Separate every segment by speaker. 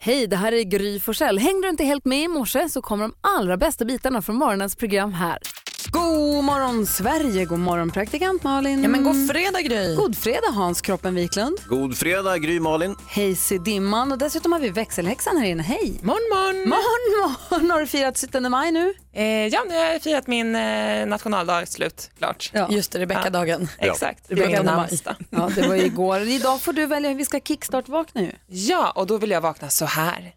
Speaker 1: Hej, det här är Gry Forssell. Hängde du inte helt med i morse så kommer de allra bästa bitarna från morgonens program här. God morgon Sverige, god morgon praktikant Malin.
Speaker 2: Ja, men Mm. god fredag Gry.
Speaker 1: God fredag Hans Kroppen Wiklund.
Speaker 3: God fredag, Gry Malin.
Speaker 1: Hej Dimman och dessutom har vi växelhäxan här inne. Hej!
Speaker 2: Morgon, morgon.
Speaker 1: Morgon, morgon! Har du firat 17 maj nu?
Speaker 4: Eh, ja, nu har jag firat min eh, nationaldag slut, klart.
Speaker 1: Ja.
Speaker 2: Just det, Rebecka-dagen.
Speaker 4: Ja, Exakt,
Speaker 2: Rebecca
Speaker 4: Rebecka
Speaker 2: Dahl.
Speaker 4: namnsdag.
Speaker 1: Ja, det var igår. Idag får du välja hur vi ska kickstart-vakna ju.
Speaker 4: Ja, och då vill jag vakna så här.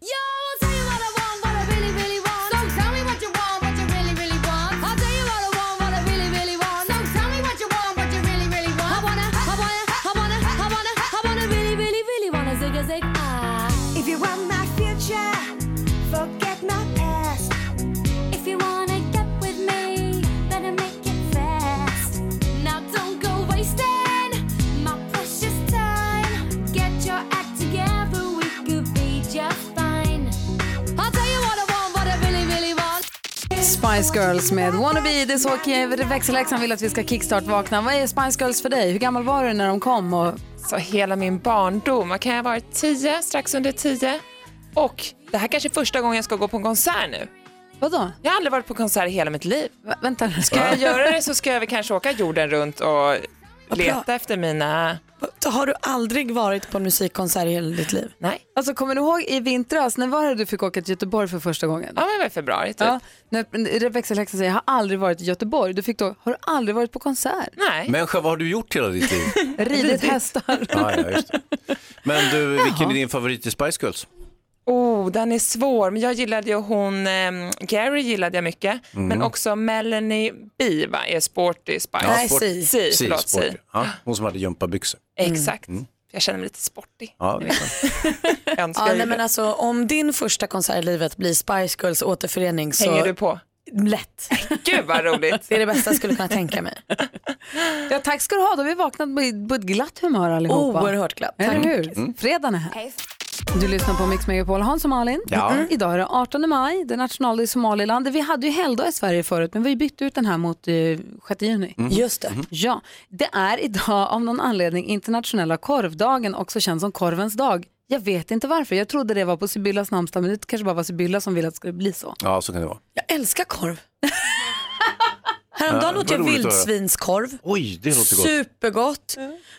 Speaker 5: Ah. If you want my future, forget my past. If you wanna get with me, better make it fast. Now don't go wasting my precious time. Get your act together, we could be just fine. I'll tell you what I want, what I really, really want.
Speaker 1: Spice Girls med Wannabe. Det är så Ke- växelhäxan vill att vi ska kickstart-vakna. Vad är Spice Girls för dig? Hur gammal var du när de kom? Och...
Speaker 4: Så hela min barndom, vad kan jag ha varit? Tio, strax under tio. Och det här kanske är första gången jag ska gå på en konsert nu.
Speaker 1: Vadå?
Speaker 4: Jag har aldrig varit på konsert i hela mitt liv.
Speaker 1: Va- vänta nu.
Speaker 4: Ska jag göra det så ska jag väl kanske åka jorden runt och leta efter mina...
Speaker 2: Har du aldrig varit på en musikkonsert i hela ditt liv?
Speaker 4: Nej,
Speaker 1: Alltså, kommer du ihåg i vintras, när var det du fick åka till Göteborg för första gången?
Speaker 4: ja men det var i februari typ.
Speaker 1: Ja, när växelhäxan säger jag har aldrig varit i Göteborg, du fick då, har du aldrig varit på konsert?
Speaker 4: Nej.
Speaker 3: Människa, vad har du gjort hela ditt liv?
Speaker 1: Ridit hästar?
Speaker 3: ja, ja, just det. Men du, vilken är din favorit i Spice Girls?
Speaker 4: Oh, den är svår. Men jag gillade ju hon, ehm, Gary gillade jag mycket. Men också Melanie B, va? Är Sporty Spice.
Speaker 2: Nej,
Speaker 3: sport-
Speaker 2: si.
Speaker 4: Si,
Speaker 3: Si,
Speaker 4: förlåt,
Speaker 3: sport.
Speaker 4: si.
Speaker 3: Ja, hon som hade gympabyxor.
Speaker 4: Exakt. Jag känner mig lite sportig.
Speaker 3: Ja, det är sant.
Speaker 4: Jag önskar
Speaker 2: Ja,
Speaker 4: ju
Speaker 2: nej, men
Speaker 4: det.
Speaker 2: alltså, om din första konsert i livet blir Spice Girls återförening
Speaker 6: alltså-
Speaker 2: så
Speaker 4: Hänger du på?
Speaker 2: lätt.
Speaker 4: Gud vad roligt.
Speaker 2: Det är det bästa jag skulle kunna tänka mig.
Speaker 1: Ja, tack ska du ha, då har vi vaknat på- på ett glatt humör allihopa.
Speaker 2: Oerhört glatt.
Speaker 1: Eller hur? Fredagen är här.
Speaker 5: Hej.
Speaker 1: Du lyssnar på Mix Megapol, Hans och Malin.
Speaker 3: Ja.
Speaker 1: Mm. Idag är det 18 maj, det är nationaldag i Somaliland. Vi hade ju helgdag i Sverige förut, men vi har ju bytt ut den här mot eh, 6 juni.
Speaker 2: Just det.
Speaker 3: Mm.
Speaker 1: Ja, det är idag av någon anledning internationella korvdagen, också känd som korvens dag. Jag vet inte varför, jag trodde det var på Sibyllas namnsdag, men det kanske bara var Sibylla som ville att det skulle bli så.
Speaker 3: ja, så kan det vara.
Speaker 2: Jag älskar korv. Häromdagen
Speaker 3: Ja,
Speaker 2: åt
Speaker 3: vad
Speaker 2: jag
Speaker 3: roligt att höra.
Speaker 2: vildsvinskorv.
Speaker 3: Oj, det låter gott.
Speaker 2: Supergott.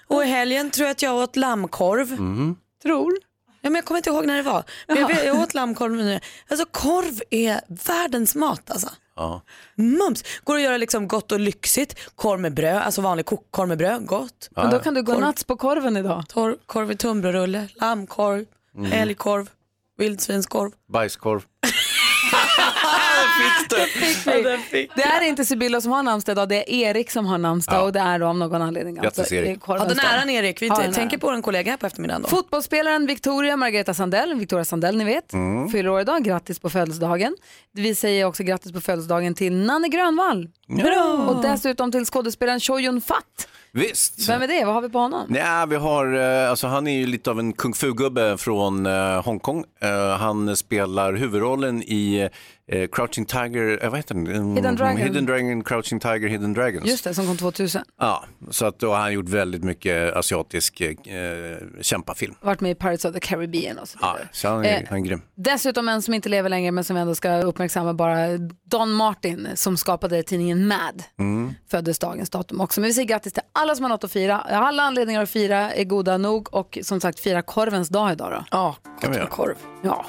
Speaker 2: Och i helgen tror jag att jag åt lammkorv.
Speaker 3: Mm.
Speaker 1: Tror?
Speaker 2: Ja, men jag kommer inte ihåg när det var. Men jag, vet- jag åt lammkorv nu. Alltså korv är världens mat alltså.
Speaker 3: Ja.
Speaker 2: Mums! Går att göra liksom gott och lyxigt. Korv med bröd, alltså vanlig kokkorv med bröd, gott.
Speaker 1: Men då kan du gå nuts på korven idag.
Speaker 2: Torr, korv i tunnbrödsrulle, lammkorv,
Speaker 3: Mm.
Speaker 2: älgkorv, vildsvinskorv.
Speaker 3: Bajskorv.
Speaker 1: Det är inte Sibylla som har namnsdag idag, det är Erik som har namnsdag och det är då av någon anledning
Speaker 3: Grattis, Erik.
Speaker 1: eh, korvens
Speaker 2: Ja, den
Speaker 1: dag.
Speaker 2: äran Erik, vi
Speaker 1: Ja, den
Speaker 2: tänker
Speaker 1: äran.
Speaker 2: på en kollega här på eftermiddagen då.
Speaker 1: Fotbollsspelaren Victoria Margareta Sandell, Victoria Sandell ni vet,
Speaker 3: Mm.
Speaker 1: fyller år idag. Grattis på födelsedagen. Vi säger också grattis på födelsedagen till Nanne Grönvall. Och dessutom till skådespelaren Choyun Fat.
Speaker 3: Visst.
Speaker 1: Vem är det? Vad har vi på honom?
Speaker 3: Nej, vi har, eh, alltså han är ju lite av en kung fu-gubbe från eh, Hongkong. Eh, Han spelar huvudrollen i eh, Crouching Tiger, eh, vad heter den? Mm,
Speaker 1: Hidden Dragon.
Speaker 3: Hidden Dragon, Crouching Tiger, Hidden Dragons.
Speaker 1: Just det, som kom 2000.
Speaker 3: Ja, så att då har han gjort väldigt mycket asiatisk eh, kämpafilm.
Speaker 1: Varit med i Pirates of the Caribbean och så
Speaker 3: Ja,
Speaker 1: vidare.
Speaker 3: så han är,
Speaker 2: Eh.
Speaker 3: han är grym.
Speaker 1: Dessutom en som inte lever längre men som vi ändå ska uppmärksamma bara Don Martin som skapade tidningen Mad.
Speaker 3: Mm.
Speaker 1: Föddes dagens datum också. Men vi säger grattis till alla som har något att fira. Alla anledningar att fira är goda nog och som sagt fira korvens dag idag då.
Speaker 2: Ja,
Speaker 3: Kan vi göra.
Speaker 2: korv.
Speaker 1: Ja,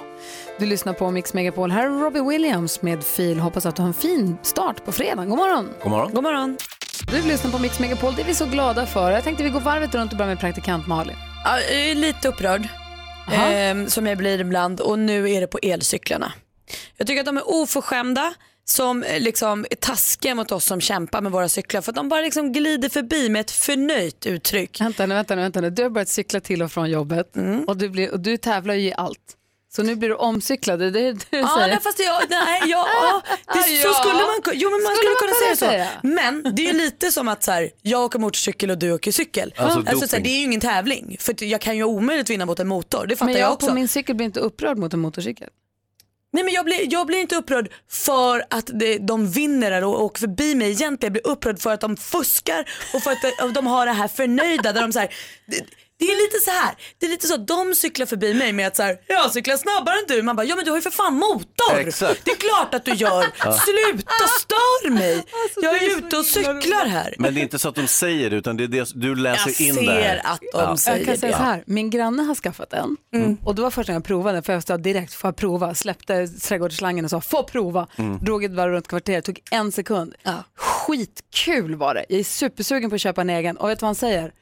Speaker 1: du lyssnar på Mix Megapol. Här är Robbie Williams med Fil. Hoppas att du har en fin start på fredagen. God morgon!
Speaker 3: God morgon.
Speaker 2: God morgon.
Speaker 1: Du lyssnar på Mix Megapol, det är vi så glada för. Jag tänkte vi går varvet runt och börjar med praktikant Malin.
Speaker 2: Ja, jag är lite upprörd,
Speaker 1: Aha.
Speaker 2: ehm, som jag blir ibland, och nu är det på elcyklarna. Jag tycker att de är oförskämda som eh, liksom, är taskiga mot oss som kämpar med våra cyklar för att de bara liksom glider förbi med ett förnöjt uttryck.
Speaker 1: Vänta nu, vänta nu, vänta nu. Du har börjat cykla till och från jobbet
Speaker 2: Mm.
Speaker 1: och, du blir, och du tävlar ju i allt. Så nu blir du omcyklad, det är det du
Speaker 2: Ja,
Speaker 1: säger.
Speaker 2: nej, fast jag, nej, ja, ja, det,
Speaker 1: Ja.
Speaker 2: så skulle man, ku- jo, men man skulle,
Speaker 1: man
Speaker 2: kunna
Speaker 1: kunna
Speaker 2: säga så.
Speaker 1: säga.
Speaker 2: Men det är ju lite som att så här, jag åker motorcykel och du åker cykel.
Speaker 3: Alltså
Speaker 2: så här,
Speaker 3: doping.
Speaker 2: det är ju ingen tävling för att jag kan ju omöjligt vinna mot en motor, det fattar
Speaker 1: Men
Speaker 2: jag,
Speaker 1: jag
Speaker 2: också.
Speaker 1: på min cykel blir inte upprörd mot en motorcykel.
Speaker 2: Nej, men jag, blir, jag blir inte upprörd för att det, de vinner eller å- åker förbi mig egentligen. Jag blir upprörd för att de fuskar och för att de, de har det här förnöjda där de så här, det, Det är lite så här. Det är lite så att de cyklar förbi mig med att så här, jag cyklar snabbare än du. Man bara, ja men du har ju för fan motor.
Speaker 3: Exakt.
Speaker 2: Det är klart att du gör. Sluta stör mig.
Speaker 1: Alltså,
Speaker 2: jag är ju ute och cyklar här.
Speaker 3: Men det är inte så att de säger det, utan det är det du läser
Speaker 2: Jag
Speaker 3: in där.
Speaker 2: ser att de
Speaker 1: Jag
Speaker 2: säger
Speaker 1: kan säga
Speaker 2: det.
Speaker 1: så här, min granne har skaffat en och det var första gången jag provade den för jag sa direkt, får jag prova? Släppte trädgårdsslangen och sa, få prova. Drog ett varv runt kvarteret, tog en sekund. Skitkul var det, jag är supersugen på att köpa en egen och vet du vad han säger?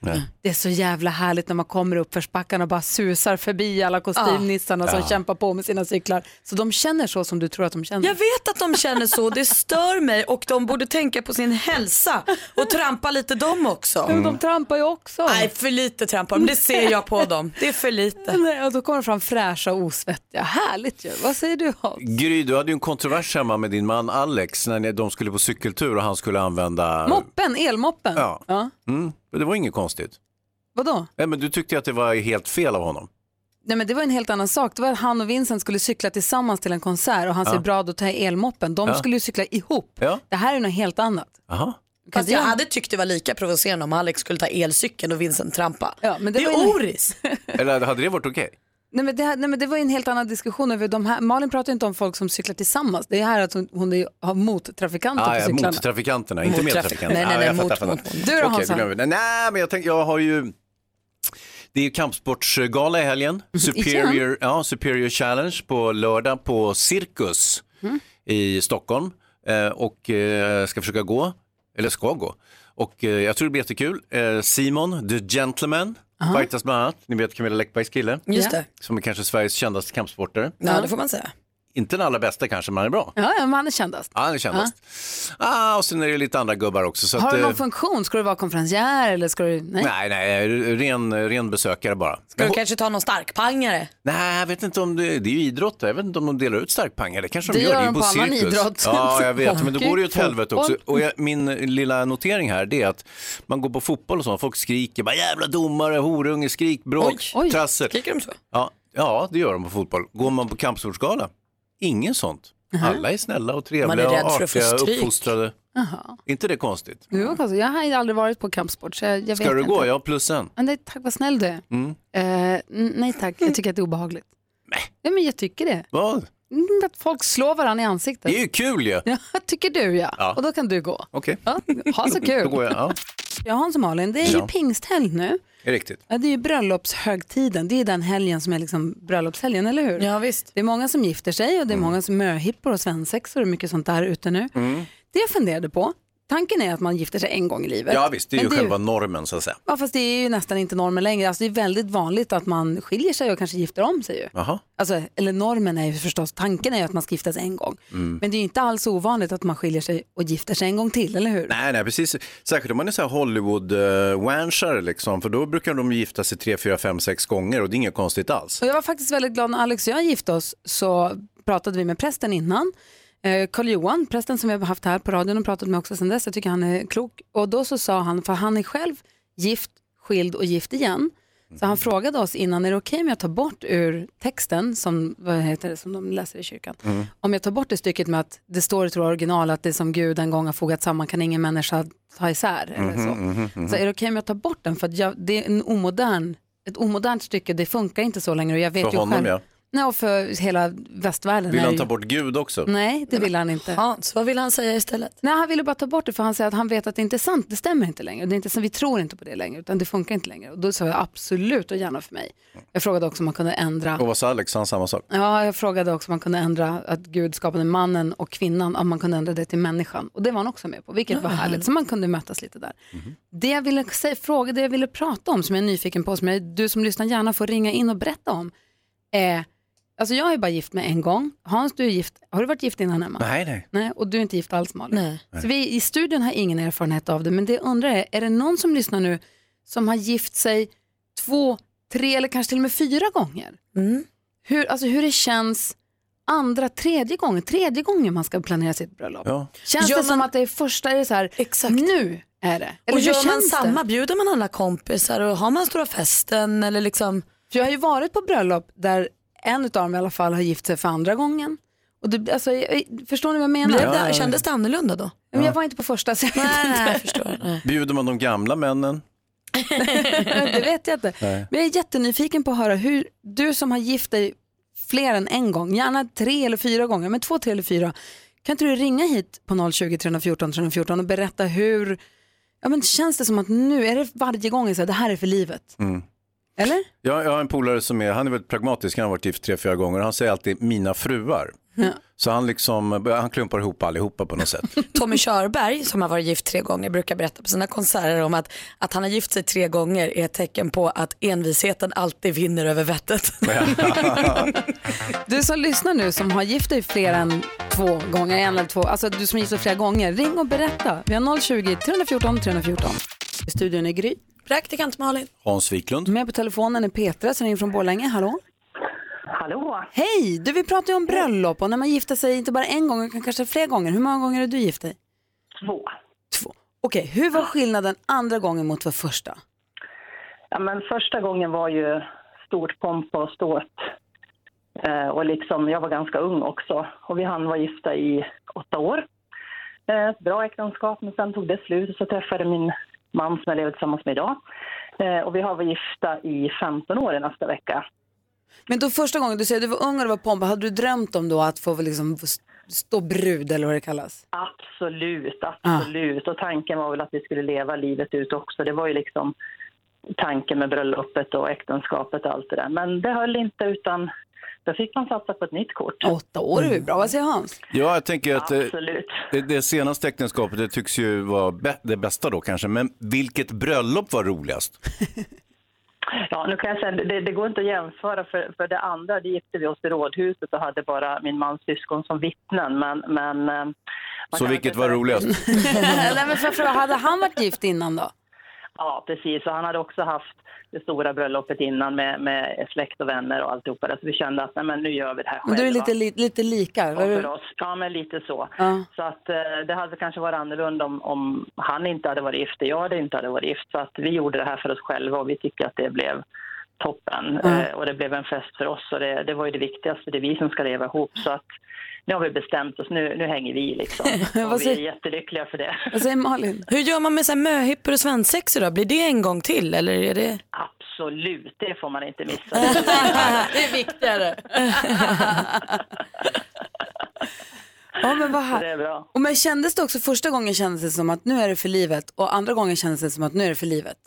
Speaker 1: Det är så jävla härligt när man kommer upp för spackarna och bara susar förbi alla kostymnissarna som kämpar på med sina cyklar. Så de känner så som du tror att de känner.
Speaker 2: Jag vet att de känner så, det stör mig och de borde tänka på sin hälsa och trampa lite dem också.
Speaker 1: Men de trampar ju också.
Speaker 2: Nej, för lite trampar de, det ser jag på dem. Det är för lite.
Speaker 1: Nej, och då kommer de fram fräscha och osvettiga. Härligt ju. Vad säger du Hans?
Speaker 3: Gry, du hade ju en kontrovers hemma med din man Alex när ni- de skulle på cykeltur och han skulle använda...
Speaker 1: Moppen, elmoppen.
Speaker 3: Ja. Mm, men det var inget konstigt.
Speaker 1: Vadå?
Speaker 3: Nej, men du tyckte ju att det var helt fel av honom.
Speaker 1: Nej men det var en helt annan sak. Det var att han och Vincent skulle cykla tillsammans till en konsert och han säger bra då tar jag elmoppen. De skulle ju cykla ihop.
Speaker 3: Ja.
Speaker 1: Det här är något helt annat.
Speaker 3: Aha.
Speaker 2: Fast
Speaker 1: jag
Speaker 2: jag hade tyckt det var lika provocerande om Alex skulle ta elcykeln och Vincent trampa.
Speaker 1: Ja, men det
Speaker 2: det
Speaker 1: var
Speaker 2: är
Speaker 1: ju-
Speaker 2: oris.
Speaker 3: Eller hade det varit okej?
Speaker 1: Nej men, det, här- nej men det var ju en helt annan diskussion. Över de här, Malin pratar ju inte om folk som cyklar tillsammans. Det är här att hon, hon är, har mottrafikanter
Speaker 3: Ah,
Speaker 1: på
Speaker 3: ja,
Speaker 1: cyklarna.
Speaker 3: mot trafikanterna, inte med
Speaker 2: trafik-
Speaker 3: trafikanterna.
Speaker 2: nej, nej,
Speaker 3: Ah, jag
Speaker 2: nej,
Speaker 3: fattar,
Speaker 2: mot-
Speaker 3: fattar.
Speaker 2: mot- mot.
Speaker 1: Du då,
Speaker 3: Okej,
Speaker 1: Hansa?
Speaker 3: glömmer vi det. Nej, men jag, tänk, jag har ju... Det är ju kampsportsgala i helgen. Superior, ja, Superior Challenge på lördag på Cirkus
Speaker 2: Mm.
Speaker 3: i Stockholm. Eh, och eh, jag ska försöka gå, eller ska gå. Och eh, jag tror det blir jättekul. Eh, Simon, The Gentleman, fightas bland annat. Ni vet Camilla Läckbergs kille,
Speaker 2: Just det.
Speaker 3: som är kanske Sveriges kändaste kampsportare.
Speaker 2: Ja, det får man säga.
Speaker 3: Inte den allra bästa kanske, men han är bra.
Speaker 1: Ja, ja, men han är kändast.
Speaker 3: Ja, han är kändast. Ah, och sen är det lite andra gubbar också. Så
Speaker 1: Har
Speaker 3: att,
Speaker 1: du
Speaker 3: eh,
Speaker 1: någon funktion? Ska du vara konferencier eller ska du? Nej.
Speaker 3: Nej, nej, ren, ren besökare bara.
Speaker 2: Ska
Speaker 3: Men
Speaker 2: du
Speaker 3: hon-
Speaker 2: kanske ta någon starkpangare?
Speaker 3: Nej, jag vet inte om det, det är ju idrott. Jag vet inte om de delar ut starkpengar. Det kanske de
Speaker 1: Det
Speaker 3: gör.
Speaker 1: gör
Speaker 3: är
Speaker 1: de
Speaker 3: ju
Speaker 1: på annan
Speaker 3: cirkus.
Speaker 1: idrott.
Speaker 3: Ja, jag vet. Men då
Speaker 1: Hockey,
Speaker 3: går det ju åt helvete också.
Speaker 1: fotboll.
Speaker 3: Och jag, min lilla notering här det är att man går på fotboll och sånt. Folk skriker bara jävla domare, horunge, skrik, bråk,
Speaker 1: Oj. Oj.
Speaker 3: trassel.
Speaker 2: Skriker de så?
Speaker 3: Ja, ja, det gör de på fotboll. Går man på kampsportsgala? Ingen sånt. Alla är snälla och trevliga
Speaker 2: Man är rädd
Speaker 3: och
Speaker 2: för att få
Speaker 3: artiga,
Speaker 2: stryk.
Speaker 3: uppfostrade. inte det konstigt?
Speaker 1: Det var konstigt. Jag har aldrig varit på kampsport så jag, jag
Speaker 3: Ska
Speaker 1: vet
Speaker 3: du
Speaker 1: inte.
Speaker 3: gå? Ja, plus en.
Speaker 1: Men nej, tack, vad snäll du är.
Speaker 3: Mm.
Speaker 1: Eh, n- nej tack, jag tycker att det är obehagligt. Nej. nej men jag tycker det.
Speaker 3: Vad?
Speaker 1: Mm, Att folk slår varandra i ansiktet.
Speaker 3: Det är ju kul ju.
Speaker 1: Ja, tycker du ja.
Speaker 3: Ja.
Speaker 1: Och då kan du gå.
Speaker 3: Okej,
Speaker 1: Ja, ha så
Speaker 3: då går
Speaker 1: kul.
Speaker 3: jag. Ja,
Speaker 1: Jag Hans och Malin, det är ju
Speaker 3: Ja.
Speaker 1: pingsthelg nu.
Speaker 3: det är riktigt.
Speaker 1: Ja, det är ju bröllopshögtiden. Det är ju den helgen som är liksom bröllopshelgen, eller hur?
Speaker 2: Ja, visst.
Speaker 1: Det är många som gifter sig och det är
Speaker 3: Mm.
Speaker 1: många som möhippor och svensexor och mycket sånt där ute nu. Det jag funderade på, tanken är att man gifter sig en gång i livet.
Speaker 3: Ja visst, det är ju
Speaker 1: Men
Speaker 3: själva normen så att säga.
Speaker 1: Ja, fast det är ju nästan inte normen längre. Alltså, det är väldigt vanligt att man skiljer sig och kanske gifter om sig. Ju.
Speaker 3: Jaha.
Speaker 1: Alltså, eller normen är ju förstås, tanken är ju att man ska giftas en gång. Men det är ju inte alls ovanligt att man skiljer sig och gifter sig en gång till, eller hur?
Speaker 3: Nej, nej, precis. Särskilt om man är så här Hollywood-wanchare liksom, för då brukar de gifta sig tre, fyra, fem, sex gånger och det är inget konstigt alls.
Speaker 1: Och jag var faktiskt väldigt glad när Alex och jag gifte oss så pratade vi med prästen innan. Eh, Carl Johan, prästen som vi har haft här på radion och pratat med också sedan dess, jag tycker han är klok. Och då så sa han, för han är själv gift, skild och gift igen. Så
Speaker 3: Mhm.
Speaker 1: han frågade oss innan, är det okej om jag tar bort ur texten, som, vad heter det, som de läser i kyrkan,
Speaker 3: Mm.
Speaker 1: om jag tar bort det stycket med att det står i tror jag, original att det som Gud en gång har fogat samman kan ingen människa ta isär.
Speaker 3: Mhm,
Speaker 1: Eller så. så är det okej om jag tar bort den, för att jag, det är en omodern, ett omodernt stycke, det funkar inte så längre. Och jag vet
Speaker 3: För
Speaker 1: ju
Speaker 3: honom
Speaker 1: själv,
Speaker 3: ja.
Speaker 1: Nej, och för hela västvärlden.
Speaker 3: Vill
Speaker 1: är
Speaker 3: han
Speaker 1: ju-
Speaker 3: ta bort Gud också?
Speaker 1: Nej, det vill han inte.
Speaker 2: Hans, vad vill han säga istället?
Speaker 1: Nej, han ville bara ta bort det för han säger att han vet att det inte är sant, det stämmer inte längre. Det är inte sant, vi tror inte på det längre, utan det funkar inte längre. Och då sa jag absolut och gärna för mig. Jag frågade också om man kunde ändra,
Speaker 3: Och vad sa Alex? Han samma sak.
Speaker 1: ja, jag frågade också om man kunde ändra att Gud skapade mannen och kvinnan, om man kunde ändra det till människan. Och det var han också med på, vilket var härligt. Så man kunde mötas lite där. Det jag ville säga, fråga, det jag ville prata om, som jag är nyfiken på, som jag, du som lyssnar gärna får ringa in och berätta om, är, alltså jag är bara gift med en gång. Hans, du är gift, har du varit gift innan Emma?
Speaker 3: Nej, nej.
Speaker 1: Nej, och du är inte gift alls Malin.
Speaker 2: Nej.
Speaker 1: Så vi i studion har ingen erfarenhet av det, men det jag undrar är, är det någon som lyssnar nu som har gift sig två, tre eller kanske till och med fyra gånger?
Speaker 2: Mm.
Speaker 1: Hur, alltså hur det känns andra, tredje gången, tredje gången man ska planera sitt bröllop.
Speaker 3: Ja.
Speaker 1: Känns
Speaker 2: Gör
Speaker 1: det som
Speaker 2: man-
Speaker 1: att det är första, är det så här,
Speaker 2: Exakt.
Speaker 1: nu är det? Eller
Speaker 2: Mm. Och
Speaker 1: hur
Speaker 2: gör man
Speaker 1: känns det?
Speaker 2: samma, bjuder man alla kompisar och har man stora festen eller liksom?
Speaker 1: För jag har ju varit på bröllop där en utav dem i alla fall har gift sig för andra gången. Och det, alltså, jag- jag, förstår ni vad jag menar?
Speaker 2: Blev
Speaker 1: Ja.
Speaker 2: det, kändes det annorlunda då?
Speaker 1: Men jag var inte på första, så jag vet
Speaker 2: Nej,
Speaker 1: inte.
Speaker 2: jag förstår. Nej.
Speaker 3: Bjuder man de gamla männen?
Speaker 1: det vet jag inte. Men jag är jättenyfiken på att höra hur du som har gift dig fler än en gång, gärna tre eller fyra gånger, men två, tre eller fyra. Kan inte du ringa hit på 020 314 314 och berätta hur, ja men känns det som att nu är det varje gång så här, det här är för livet? Eller?
Speaker 3: Jag, jag har en polare som är, han är väldigt pragmatisk, han har varit gift tre, fyra gånger och han säger alltid mina fruar. Så han, liksom, han klumpar ihop allihopa på något sätt.
Speaker 2: Tommy Körberg som har varit gift tre gånger brukar berätta på sina konserter om att, att han har gift sig tre gånger är ett tecken på att envisheten alltid vinner över vettet.
Speaker 1: Du som lyssnar nu som har gift dig fler än två gånger, en eller två, alltså du som har gift dig flera gånger, ring och berätta. Vi har 020 314 314. I studion är Gry.
Speaker 2: Praktikant Malin.
Speaker 3: Hans Wiklund.
Speaker 1: Med på telefonen är Petra som ringer från Borlänge. Hallå?
Speaker 7: Hallå!
Speaker 1: Hej! Du, vi pratar ju om bröllop och när man gifter sig inte bara en gång utan kanske fler gånger. Hur många gånger har du gift dig? Ah.
Speaker 7: Två.
Speaker 1: Två. Okej, hur var skillnaden andra gången mot för första?
Speaker 7: Ja, men första gången var ju stort pomp och ståt. Eh, och liksom, jag var ganska ung också och vi hann vara gifta i åtta år. Eh, ett bra äktenskap, men sen tog det slut och så träffade min man som jag lever tillsammans med idag. Eh, och vi har varit gifta i 15 år i nästa vecka.
Speaker 1: Men då första gången, du säger att du var ung och det var pompa, hade du drömt om då att få liksom stå brud eller vad det kallas?
Speaker 7: Absolut,
Speaker 3: Ah.
Speaker 7: absolut. Och tanken var väl att vi skulle leva livet ut också. Det var ju liksom tanken med bröllopet och äktenskapet och allt det där. Men det höll inte utan då fick man satsa på ett nytt kort.
Speaker 1: Åtta år är väl bra, vad säger Hans?
Speaker 3: Ja, jag tänker att eh,
Speaker 7: Absolut.
Speaker 3: det, det senaste äktenskapet det tycks ju vara bä- det bästa då kanske, men vilket bröllop var roligast?
Speaker 7: Ja, nu kan jag säga, det, det går inte att jämföra för, för det andra, det gifte vi oss i rådhuset och hade bara min mans syskon som vittnen. Men, men, eh, man
Speaker 3: Så
Speaker 7: kan
Speaker 3: vilket
Speaker 7: inte
Speaker 3: var
Speaker 7: säga-
Speaker 3: roligast?
Speaker 1: Nej men för att fråga, hade han varit gift innan då?
Speaker 7: Ja, precis. Och han hade också haft det stora bröllopet innan med, med släkt och vänner och alltihopa. där. Så vi kände att nej, men nu gör vi det här
Speaker 1: Men
Speaker 7: själva.
Speaker 1: du är lite, li, lite lika.
Speaker 7: Och
Speaker 1: Var
Speaker 7: för
Speaker 1: du...
Speaker 7: oss. Ja, men lite så.
Speaker 1: Ja.
Speaker 7: Så att eh, det hade kanske varit annorlunda om, om han inte hade varit gift och jag hade inte hade varit gift. Så att vi gjorde det här för oss själva och vi tycker att det blev toppen.
Speaker 1: Ja.
Speaker 7: Eh, och det blev en fest för oss och det, det var ju det viktigaste. Det är vi som ska leva ihop. Så att nu har vi bestämt oss. Nu, nu hänger vi liksom.
Speaker 1: Vad
Speaker 7: Och vi är
Speaker 1: säger-
Speaker 7: jättelyckliga för det.
Speaker 1: Vad säger Malin?
Speaker 2: Hur gör man med så här möhippor och svensexor då? Blir det en gång till eller är det?
Speaker 7: Absolut, det får man inte missa.
Speaker 2: det är viktigare.
Speaker 1: Ja men vad
Speaker 7: Det
Speaker 1: här.
Speaker 7: är bra.
Speaker 1: Och men kändes det också, första gången kändes det som att nu är det för livet och andra gången kändes det som att nu är det för livet?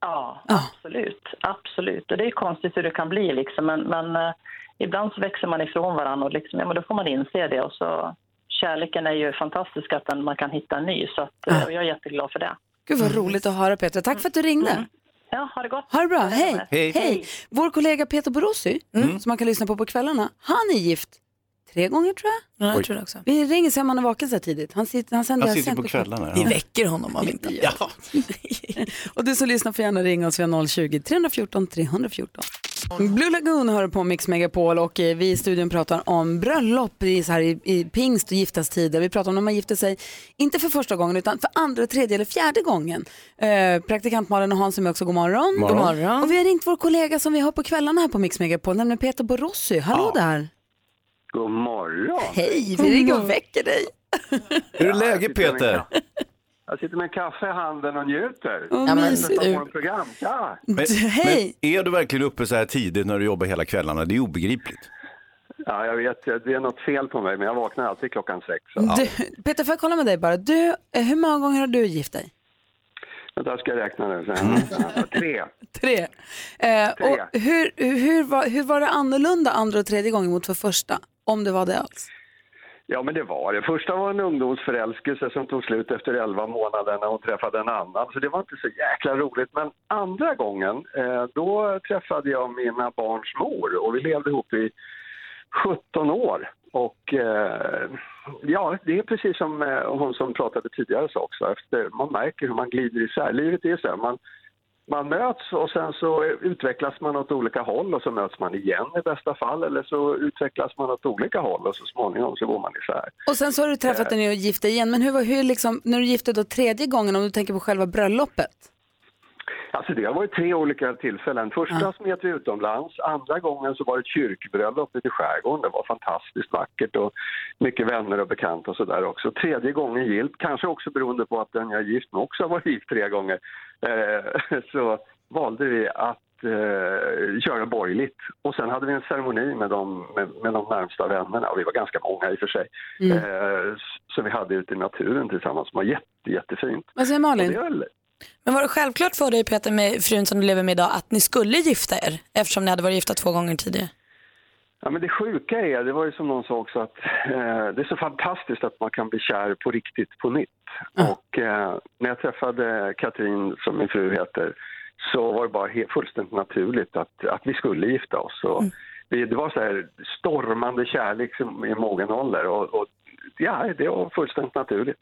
Speaker 7: Ja,
Speaker 1: Ja.
Speaker 7: absolut. Absolut. Och det är konstigt hur det kan bli liksom. Men, men eh, ibland så växer man ifrån varandra och liksom, ja, men då får man inse det. Och så, kärleken är ju fantastisk att den, man kan hitta en ny. Så att, eh, och jag är jätteglad för det.
Speaker 1: Gud vad roligt att höra Petra, tack för att du ringde.
Speaker 7: Ja, ha det
Speaker 1: Mm.
Speaker 7: gott.
Speaker 1: Ha det bra, Mm. hej.
Speaker 3: Hej.
Speaker 1: Vår kollega Peter Borossi, som man kan lyssna på på kvällarna, han är gift tre gånger tror jag.
Speaker 2: Ja, jag tror det också.
Speaker 1: Vi ringer sen om han är vaken så här tidigt. Han sitter, han sänder
Speaker 3: Han sitter
Speaker 1: sent
Speaker 3: på kvällarna.
Speaker 2: Vi
Speaker 3: Ja.
Speaker 2: väcker honom om inte.
Speaker 3: Ja.
Speaker 1: Och du som lyssnar får gärna ringa oss via 020-314 314. Blue Lagoon hör på Mix Megapol och eh, vi i studion pratar om bröllop i, så här, i, i pingst och giftastider. Vi pratar om när man gifter sig, inte för första gången utan för andra, tredje eller fjärde gången. Eh, praktikant Malin och Hans är med också, god morgon.
Speaker 3: Morgon. God
Speaker 2: morgon.
Speaker 1: Och vi har ringt vår kollega som vi har på kvällarna här på Mix Megapol, nämligen Peter Borossi. Hallå där!
Speaker 8: God morgon!
Speaker 1: Hej, vi ringer och väcker dig.
Speaker 3: Hur är läget
Speaker 8: sitter med en
Speaker 3: Peter?
Speaker 8: kaffe. Jag sitter med en kaffe i handen och njuter.
Speaker 1: Åh,
Speaker 2: Ja, men
Speaker 1: mysigt.
Speaker 8: Jag får en program. Ja.
Speaker 3: Men,
Speaker 1: Hej!
Speaker 3: men är du verkligen uppe så här tidigt när du jobbar hela kvällarna? Det är obegripligt.
Speaker 8: ja, jag vet. Det är något fel på mig, men jag vaknar alltid klockan sex. Så.
Speaker 1: Du, Peter, får jag kolla med dig bara? Du, eh, hur många gånger har du gift dig?
Speaker 8: Vänta, jag ska räkna nu. Sen. Tre.
Speaker 1: Tre. Eh, och
Speaker 8: Tre.
Speaker 1: hur, hur, var, hur var det annorlunda andra och tredje gången mot för första? Om det var det alls.
Speaker 8: Ja, men det var det. Första var en ungdomsförälskelse som tog slut efter 11 månader när hon träffade en annan. Så det var inte så jäkla roligt. Men andra gången, eh, då träffade jag mina barns mor och vi levde ihop i 17 år. Och eh, ja, det är precis som eh, hon som pratade tidigare sa också. Efter, man märker hur man glider isär. Livet är så här, man, man möts och sen så utvecklas man åt olika håll och så möts man igen i bästa fall eller så utvecklas man åt olika håll och så småningom så går man isär.
Speaker 1: Och sen så har du träffat en ny och gift dig igen. Men hur var hur liksom, när du gifte dig då tredje gången, om du tänker på själva bröllopet?
Speaker 8: Alltså det har varit tre olika tillfällen. Första smet vi utomlands, andra gången så var det ett kyrkbröllop ute i skärgården. Det var fantastiskt vackert och mycket vänner och bekanta och sådär också. Tredje gången gillt, kanske också beroende på att den jag är gift med också har varit gift tre gånger, eh, så valde vi att eh, köra borgerligt. Och sen hade vi en ceremoni med de, med, med de närmsta vännerna, och vi var ganska många i och för sig, eh, s- som vi hade ute i naturen tillsammans. Det var jätte, jättefint.
Speaker 1: Vad säger
Speaker 8: Och det
Speaker 1: Malin?
Speaker 8: höll
Speaker 2: Men var det självklart för dig Peter med frun som du lever med idag att ni skulle gifta er eftersom ni hade varit gifta två gånger tidigare?
Speaker 8: Ja, men det sjuka är, det var ju som någon sa också, att eh, det är så fantastiskt att man kan bli kär på riktigt på nytt. Och eh, när jag träffade Katrin, som min fru heter, så var det bara he- fullständigt naturligt att, att vi skulle gifta oss. Och vi, det var så här stormande kärlek som, i mogen ålder och, och ja, det var fullständigt naturligt.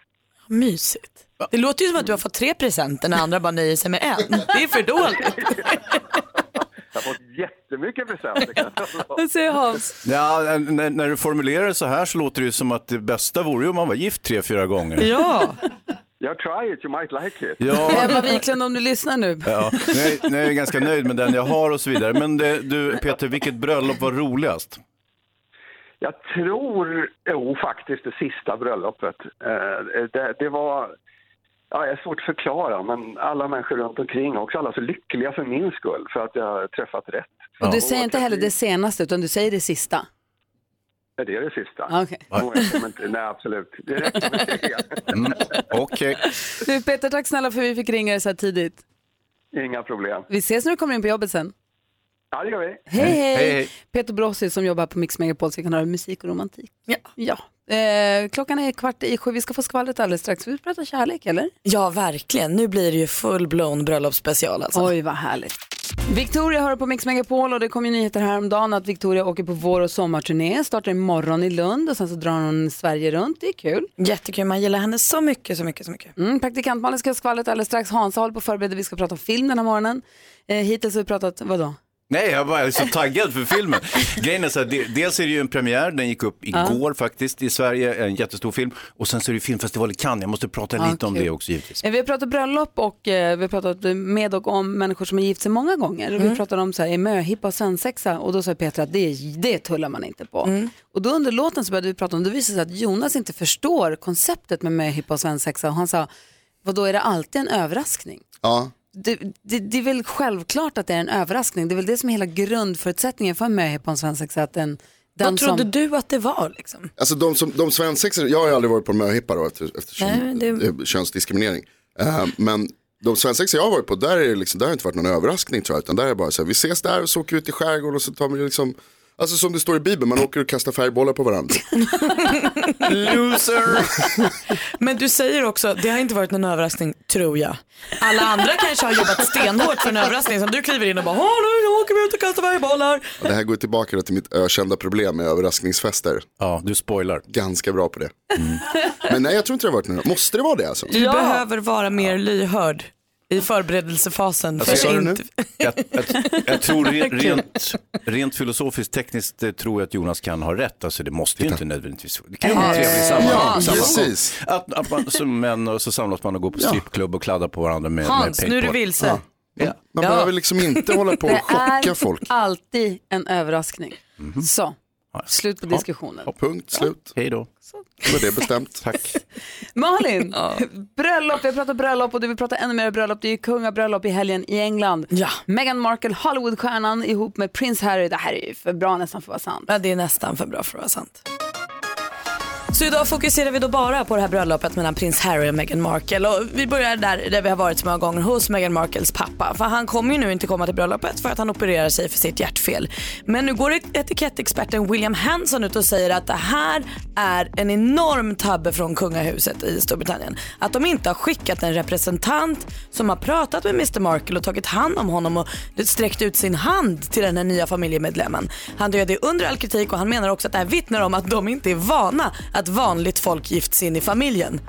Speaker 2: Mysigt. Det låter ju som att du har fått tre presenter när andra bara nöjer sig med en. Det är för dåligt.
Speaker 8: Jag har fått jättemycket presenter kan jag säga.
Speaker 1: Vad säger Hans?
Speaker 3: Ja, när, när du formulerar det så här så låter det ju som att det bästa vore ju om man var gift tre, fyra gånger.
Speaker 2: Ja.
Speaker 8: Jag try it, you might like it.
Speaker 3: Ja,
Speaker 1: Ebba Wiklund om du lyssnar nu.
Speaker 3: ja. Nu, är, nu är jag ganska nöjd med den jag har och så vidare. Men det, du Peter, vilket bröllop var roligast?
Speaker 8: Jag tror, jo faktiskt det sista bröllopet. Eh, det, det var, ja, jag är svårt att förklara, men alla människor runt omkring också, alla så lyckliga för min skull, för att jag har träffat rätt.
Speaker 1: Och du
Speaker 8: Ja.
Speaker 1: säger inte heller det senaste utan du säger det sista.
Speaker 8: Är det det sista?
Speaker 1: Ah, okej.
Speaker 8: Jo, jag kommer inte- Nej, absolut. Det räcker med det.
Speaker 3: Mm. Okej.
Speaker 1: Du Peter, tack snälla för att vi fick ringa dig så här tidigt.
Speaker 8: Inga problem.
Speaker 1: Vi ses när du kommer in på jobbet sen.
Speaker 8: Ja, det gör vi.
Speaker 1: Hej hej!
Speaker 3: Hej, hej.
Speaker 1: Peter Brossi som jobbar på Mix Megapol så kan höra musik och romantik.
Speaker 2: Ja.
Speaker 1: Ja. Eh, klockan är kvart i sju, vi ska få skvallret alldeles strax. Vi pratar kärlek eller?
Speaker 2: ja, verkligen. Nu blir det ju full-blown bröllopsspecial alltså.
Speaker 1: Oj vad härligt. Victoria hör på Mix Megapol och det kom ju nyheter häromdagen att Victoria åker på vår och sommarturné, startar imorgon i Lund och sen så drar hon Sverige runt, det är kul.
Speaker 2: Jättekul, man gillar henne så mycket, så mycket, så mycket.
Speaker 1: Mm, praktikant Malin ska ha skvallret alldeles strax, Hansa håller på att förbereda, vi ska prata om film den här morgonen. Eh, hittills har vi pratat, vadå?
Speaker 3: Nej, jag bara är så taggad för filmen. Grejen är så här, de- dels är det ju en premiär, den gick upp igår faktiskt i Sverige, en jättestor film. Och sen så är det ju filmfestival i Cannes, jag måste prata
Speaker 1: Ja,
Speaker 3: lite om
Speaker 1: kul.
Speaker 3: det också givetvis.
Speaker 1: Eh, Vi har pratat bröllop och eh, vi har pratat med och om människor som har gift sig många gånger.
Speaker 2: Mm.
Speaker 1: Och Vi pratade om så här, är möhippa och svensexa och då sa Petra att det, det tullar man inte på.
Speaker 2: Mm.
Speaker 1: Och då under låten så började vi prata om, det visade sig att Jonas inte förstår konceptet med möhippa och svensexa och han sa, vad då är det alltid en överraskning?
Speaker 9: Ja.
Speaker 1: Det, det, det är väl självklart att det är en överraskning, det är väl det som är hela grundförutsättningen för en möhippa och en svensexa. Att den, den
Speaker 2: Vad trodde
Speaker 1: som...
Speaker 2: du att det var liksom?
Speaker 9: Alltså de, som, de svensexor, jag har ju aldrig varit på möhippa då efter- eftersom
Speaker 2: Nej, men
Speaker 9: det
Speaker 2: det-
Speaker 9: är könsdiskriminering. Eh, men de svensexor jag har varit på, där, är det liksom, där har det inte varit någon överraskning tror jag. Utan där är det bara så här, vi ses där och så åker vi ut i skärgården och så tar vi liksom, alltså som det står i Bibeln, man åker och kastar färgbollar på varandra.
Speaker 3: Loser!
Speaker 2: Men du säger också, det har inte varit någon överraskning, tror jag. Alla andra kanske har jobbat stenhårt för en överraskning som du kliver in och bara, "Åh, nu åker vi ut och kastar färgbollar.
Speaker 9: Och det här går tillbaka då till mitt ökända problem med överraskningsfester.
Speaker 3: Ja, du spoilar.
Speaker 9: Ganska bra på det. Men nej, jag tror inte det har varit någon, måste det vara det alltså?
Speaker 2: Du behöver vara mer lyhörd i förberedelsefasen.
Speaker 9: Alltså, Vad sa du nu?
Speaker 3: Alltså, Jag, jag, jag tror re- rent, rent filosofiskt, tekniskt eh, tror jag att Jonas kan ha rätt. Alltså det måste ju inte nödvändigtvis. Det kan ju vara en trevlig
Speaker 9: Ja,
Speaker 3: sammanhang. sammanhang.
Speaker 9: precis.
Speaker 3: Att, att man som män och så samlas man och går på strippklubb och kladdar på varandra med, med
Speaker 2: Hans, nu är du
Speaker 3: paintball.
Speaker 2: vilse.
Speaker 9: Man behöver liksom inte hålla på och chocka folk. Mhm.
Speaker 1: alltid en överraskning. Så, slut på diskussionen.
Speaker 9: Punkt, slut.
Speaker 3: Hej då.
Speaker 9: Då är det bestämt.
Speaker 3: Tack.
Speaker 1: Malin, bröllop, vi har pratat bröllop och du vill prata ännu mer bröllop. Det är ju kungabröllop i helgen i England.
Speaker 2: Ja.
Speaker 1: Meghan Markle, Hollywoodstjärnan ihop med prins Harry. Det här är ju för bra nästan för att vara sant.
Speaker 2: Ja, det är nästan för bra för att vara sant. Så idag fokuserar vi då bara på det här bröllopet mellan prins Harry och Meghan Markle. Och vi börjar där, där vi har varit så många gånger, hos Meghan Markles pappa. För han kommer ju nu inte komma till bröllopet för att han opererar sig för sitt hjärtfel. Men nu går etikettexperten William Hanson ut och säger att det här är en enorm tabbe från kungahuset i Storbritannien. Att de inte har skickat en representant som har pratat med Mr Markle och tagit hand om honom och sträckt ut sin hand till den här nya familjemedlemmen. Han döde under all kritik och han menar också att det här vittnar om att de inte är vana att vanligt folk gifts in i familjen.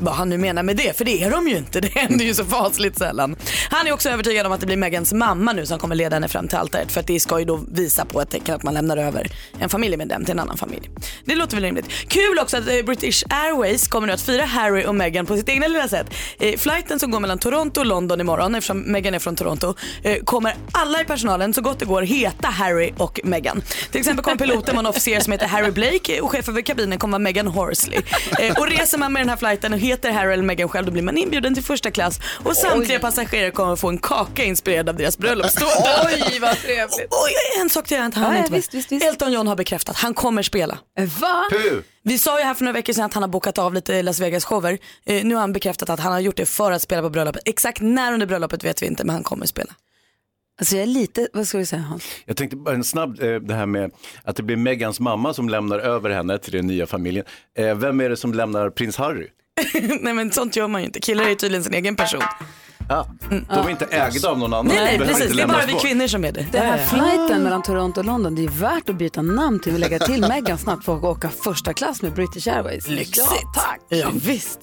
Speaker 2: vad han nu menar med det, för det är de ju inte. Det händer ju så fasligt sällan. Han är också övertygad om att det blir Megans mamma nu som kommer leda henne fram till altaret för att det ska ju då visa på ett tecken att man lämnar över en familjemedlem till en annan familj. Det låter väl rimligt. Kul också att eh, British Airways kommer nu att fira Harry och Meghan på sitt egna lilla sätt. Eh, Flighten som går mellan Toronto och London imorgon, eftersom Meghan är från Toronto, eh, kommer alla i personalen så gott det går heta Harry och Meghan. Till exempel kommer piloten vara en officer som heter Harry Blake eh, och chefen för kabinen kommer vara Meghan Horsley. Eh, och reser man med den här flighten och heter Harry eller Meghan själv då blir man inbjuden till första klass och samtliga passagerare kommer få en kaka inspirerad av deras bröllopstårta.
Speaker 1: Oj, vad trevligt.
Speaker 2: Och en sak till jag inte hann
Speaker 1: Ja, ja,
Speaker 2: inte med.
Speaker 1: visst, visst, visst.
Speaker 2: Elton John har bekräftat, han kommer spela.
Speaker 1: Va?
Speaker 3: Puh.
Speaker 2: Vi sa ju här för några veckor sedan att han har bokat av lite Las Vegas-shower. Eh, nu har han bekräftat att han har gjort det för att spela på bröllopet. Exakt när under bröllopet vet vi inte, men han kommer spela.
Speaker 1: Alltså jag är lite, vad ska vi säga Hans?
Speaker 3: Jag tänkte bara en snabb, eh, det här med att det blir Megans mamma som lämnar över henne till den nya familjen. Eh, Vem är det som lämnar prins Harry?
Speaker 2: Nej men sånt gör man ju inte. Killar är ju tydligen sin egen person.
Speaker 3: Ah, de är inte ägda av någon annan.
Speaker 2: Nej, nej
Speaker 3: Behöver
Speaker 2: precis.
Speaker 3: inte
Speaker 2: Det är bara
Speaker 3: lämnas
Speaker 2: vi
Speaker 3: bort.
Speaker 2: kvinnor som är det.
Speaker 1: Den här flighten mellan Toronto och London, det är värt att byta namn till och lägga till Meghan snabbt för att åka första klass med British Airways.
Speaker 2: Lyxigt.
Speaker 1: Ja, tack.
Speaker 2: Ja, visst.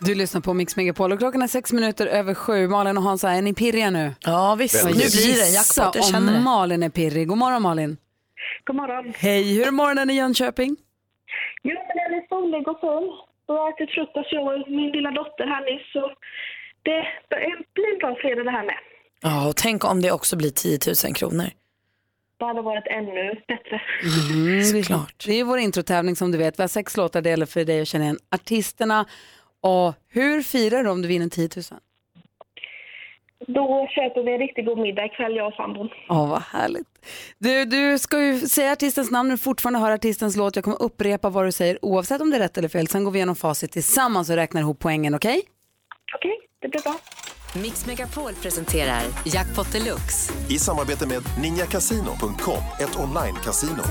Speaker 1: Du lyssnar på Mix Megapol och klockan är sex minuter över sju. Malin och Hans, är ni pirriga nu?
Speaker 2: Ja visst. Nu blir det en jackpot, jag
Speaker 1: Gissa om
Speaker 2: känner det.
Speaker 1: Malin är pirrig. God morgon Malin.
Speaker 10: God morgon.
Speaker 1: Hej, hur är morgonen i Jönköping?
Speaker 10: Jo, men den är solig och full. Och jag har ätit frukost jag och min lilla dotter här nyss. Så det blir en bra fredag det här med.
Speaker 2: Ja, och tänk om det också blir 10 000 kronor.
Speaker 10: Det hade varit ännu bättre.
Speaker 1: Mm.
Speaker 2: Såklart.
Speaker 1: Det är vår introtävling som du vet. Vi har sex låtar, det gäller för dig att känna igen artisterna. Och hur firar du om du vinner 10 000?
Speaker 10: Då köper vi en riktigt god middag ikväll, jag och sambon.
Speaker 1: Åh, vad härligt. Du, du ska ju säga artistens namn men fortfarande höra artistens låt. Jag kommer upprepa vad du säger oavsett om det är rätt eller fel. Sen går vi igenom facit tillsammans och räknar ihop poängen, okej?
Speaker 10: Okej, det blir bra.
Speaker 11: Mix Megapol presenterar Jackpot Deluxe.
Speaker 12: I samarbete med ninjakasino.com, ett online-casino.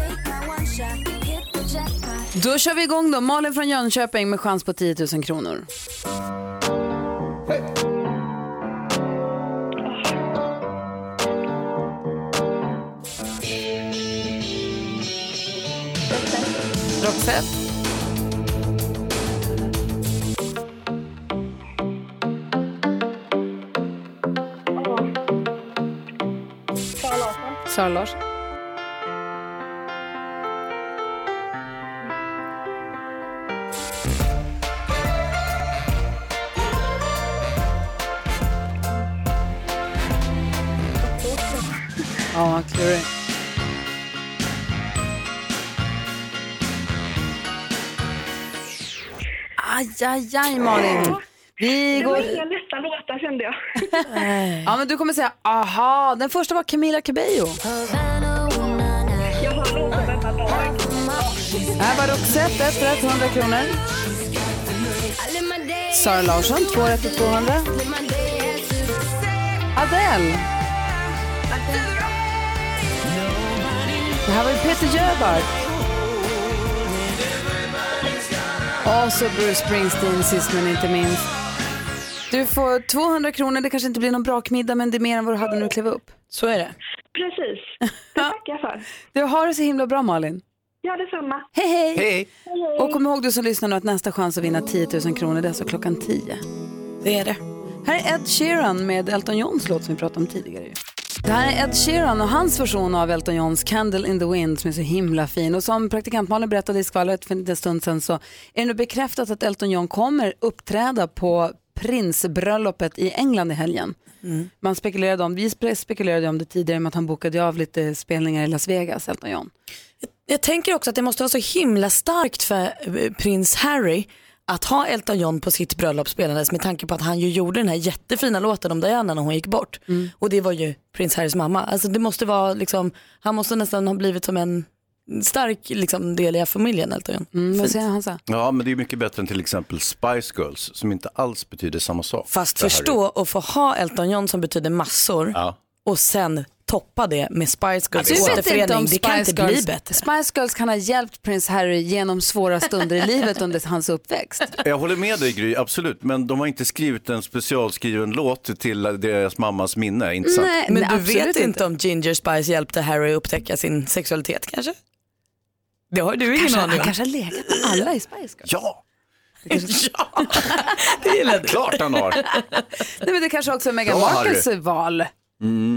Speaker 1: Då kör vi igång då. Malin från Jönköping med chans på 10 000 kronor. Roxette.
Speaker 10: Sara Larsson,
Speaker 1: Sara Larsson. Ja, klurig. Aj, aj, aj, Malin. Vi
Speaker 10: det var
Speaker 1: går...
Speaker 10: inga lätta låtar kände jag.
Speaker 1: Ja, men du kommer säga aha. Den första var Camila Cabello.
Speaker 10: Jag har låtar denna dag.
Speaker 1: Här var Roxette, ett rätt 100 kronor. Sara Larsson, två rätt för 200. Adele. Det här var ju Peter Jöback. Och så Bruce Springsteen sist men inte minst. Du får 200 kronor, det kanske inte blir någon brakmiddag men det är mer än vad du hade när du klev upp.
Speaker 2: Så är det.
Speaker 10: Precis, det tackar jag för.
Speaker 1: Du har det så himla bra Malin.
Speaker 10: Ja, detsamma.
Speaker 1: Hej hej!
Speaker 3: Hej.
Speaker 1: Och kom ihåg du som lyssnar nu att nästa chans att vinna 10 000 kronor det är alltså klockan 10.
Speaker 2: Det är det.
Speaker 1: Här är Ed Sheeran med Elton Johns låt som vi pratade om tidigare. ju. Det här är Ed Sheeran och hans version av Elton Johns Candle in the Wind som är så himla fin. Och som praktikant Malin berättade i skvallret för en liten stund sedan så är det nu bekräftat att Elton John kommer uppträda på prinsbröllopet i England i helgen.
Speaker 2: Mm.
Speaker 1: Man spekulerade om, vi spe- spekulerade om det tidigare med att han bokade av lite spelningar i Las Vegas, Elton John.
Speaker 2: Jag tänker också att det måste vara så himla starkt för eh, prins Harry att ha Elton John på sitt bröllop spelandes med tanke på att han ju gjorde den här jättefina låten om Diana när hon gick bort.
Speaker 1: Mm.
Speaker 2: Och det var ju prins Harrys mamma. Alltså det måste vara liksom, han måste nästan ha blivit som en stark liksom, del i familjen Elton John.
Speaker 1: Mm, vad
Speaker 2: Fint.
Speaker 1: säger han så? här?
Speaker 3: Ja, men det är mycket bättre än till exempel Spice Girls som inte alls betyder samma sak.
Speaker 2: Fast
Speaker 3: för Harry.
Speaker 2: förstå och få ha Elton John som betyder massor
Speaker 3: Ja.
Speaker 2: och sen toppa det med Spice Girls
Speaker 1: Du vet inte
Speaker 2: återförening.
Speaker 1: om
Speaker 2: Det kan
Speaker 1: Spice
Speaker 2: inte bli
Speaker 1: Girls,
Speaker 2: bättre.
Speaker 1: Spice Girls kan ha hjälpt prins Harry genom svåra stunder i livet under hans uppväxt.
Speaker 3: Jag håller med dig Gry, absolut. Men de har inte skrivit en specialskriven låt till deras mammas minne. Inte sant?
Speaker 1: Nej,
Speaker 2: Men
Speaker 1: nej,
Speaker 2: du
Speaker 1: absolut
Speaker 2: vet inte, om Ginger Spice hjälpte Harry upptäcka sin sexualitet kanske? Det har du ingen
Speaker 1: Kanske, han
Speaker 2: aning om.
Speaker 1: kanske har legat med alla i Spice Girls.
Speaker 3: Ja,
Speaker 1: ja,
Speaker 2: det gillar du.
Speaker 3: Klart han har.
Speaker 1: Nej, men det kanske också är Meghan
Speaker 2: Bra,
Speaker 1: Markles
Speaker 2: Harry.
Speaker 1: val.